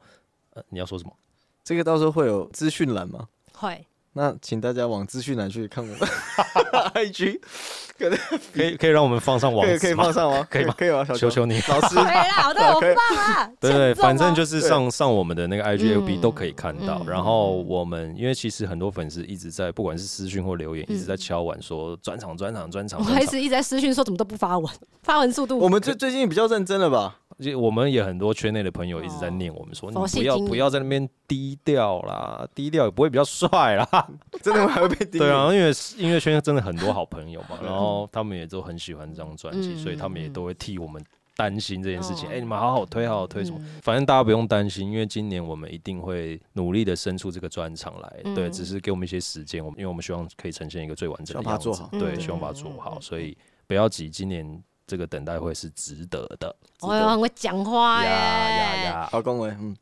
B: 呃，你要说什么？
C: 这个到时候会有资讯栏吗？
A: 会，
C: 那请大家往资讯栏去看我们 IG，
B: 可以可以让我们放上网
C: 可以
B: 址
C: 可以
B: 吗
C: 放上吗？
B: 可以吗
C: 可以吗？小
B: 求求你。
C: 老师
A: 可以啦，我都有放啦。
B: 哎 对对，
A: 哦
B: 反正就是
C: 对
B: 上上我们的那个 IG FB
A: 嗯
B: 都可以看到。
A: 嗯
B: 然后我们因为其实很多粉丝一直在，不管是私讯或留言，一直在敲碗说专场专场专场。
A: 嗯我
B: 专
A: 一
B: 场
A: 直一直在私讯说怎么都不发文，发文速度
C: 我们最最近比较认真了吧？
B: 其实我们也很多圈内的朋友一直在念我们说，你
A: 哦佛系
B: 不要
A: 经营
B: 不要在那边低调啦，低调也不会比较帅 啦。
C: 真的吗还会 被盯？
B: 对，啊，因为音乐圈真的很多好朋友 嘛，
C: 对
B: 然后他们也都很喜欢这张专辑，
A: 嗯
B: 所以他们也
A: 嗯
B: 都会替我们担心这件事情。
A: 哦
B: 哎、你们好好推，好好推什么？
A: 嗯
B: 反正大家不用担心，因为今年我们一定会努力的生出这个专场来。
A: 嗯
B: 对，只是给我们一些时间，我们因为我们希望可以呈现一个最完整的
C: 希望把
B: 样
C: 它
B: 子
C: 做好，
B: 对，
A: 嗯
B: 希望把它做
A: 嗯
B: 好，
A: 嗯
B: 所以不要急，今年这个等待会是值得的。
A: 我哎有很会讲话
B: 呀
A: 耶。
B: 呀呀！
C: 好恭维，嗯，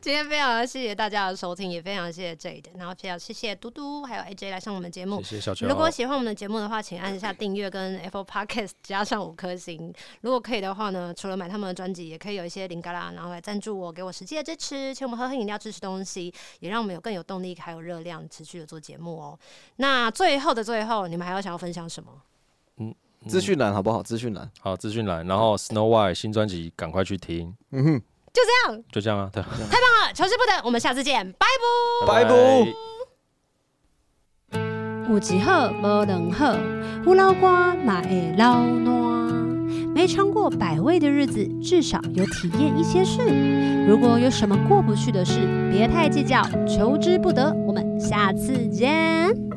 A: 今天非常谢谢大家的收听，也非常谢谢这一点，然后非常谢谢嘟嘟还有 AJ 来上我们节目。
B: 谢谢小球。
A: 如果喜欢我们的节目的话，请按一下订阅跟 Apple Podcast 加上五颗星。如果可以的话呢，除了买他们的专辑，也可以有一些零嘎啦，然后来赞助我，给我实际的支持，请我们喝喝饮料，支持东西，也让我们有更有动力还有热量，持续的做节目哦。那最后的最后，你们还要想要分享什么？
B: 嗯
C: 资讯栏好不好？资讯栏，
B: 好，资讯栏，然后 Snow White 新专辑赶快去听，
C: 嗯哼，
A: 嗯就这样，
B: 就这样啊，对，
A: 啊，求之不得，我们下次见，拜拜。
C: 拜拜
A: 有一好无两好，有老瓜嘛会老烂。没尝过百味的日子，至少有体验一些事。如果有什么过不去的事，别太计较，求之不得。我们下次见。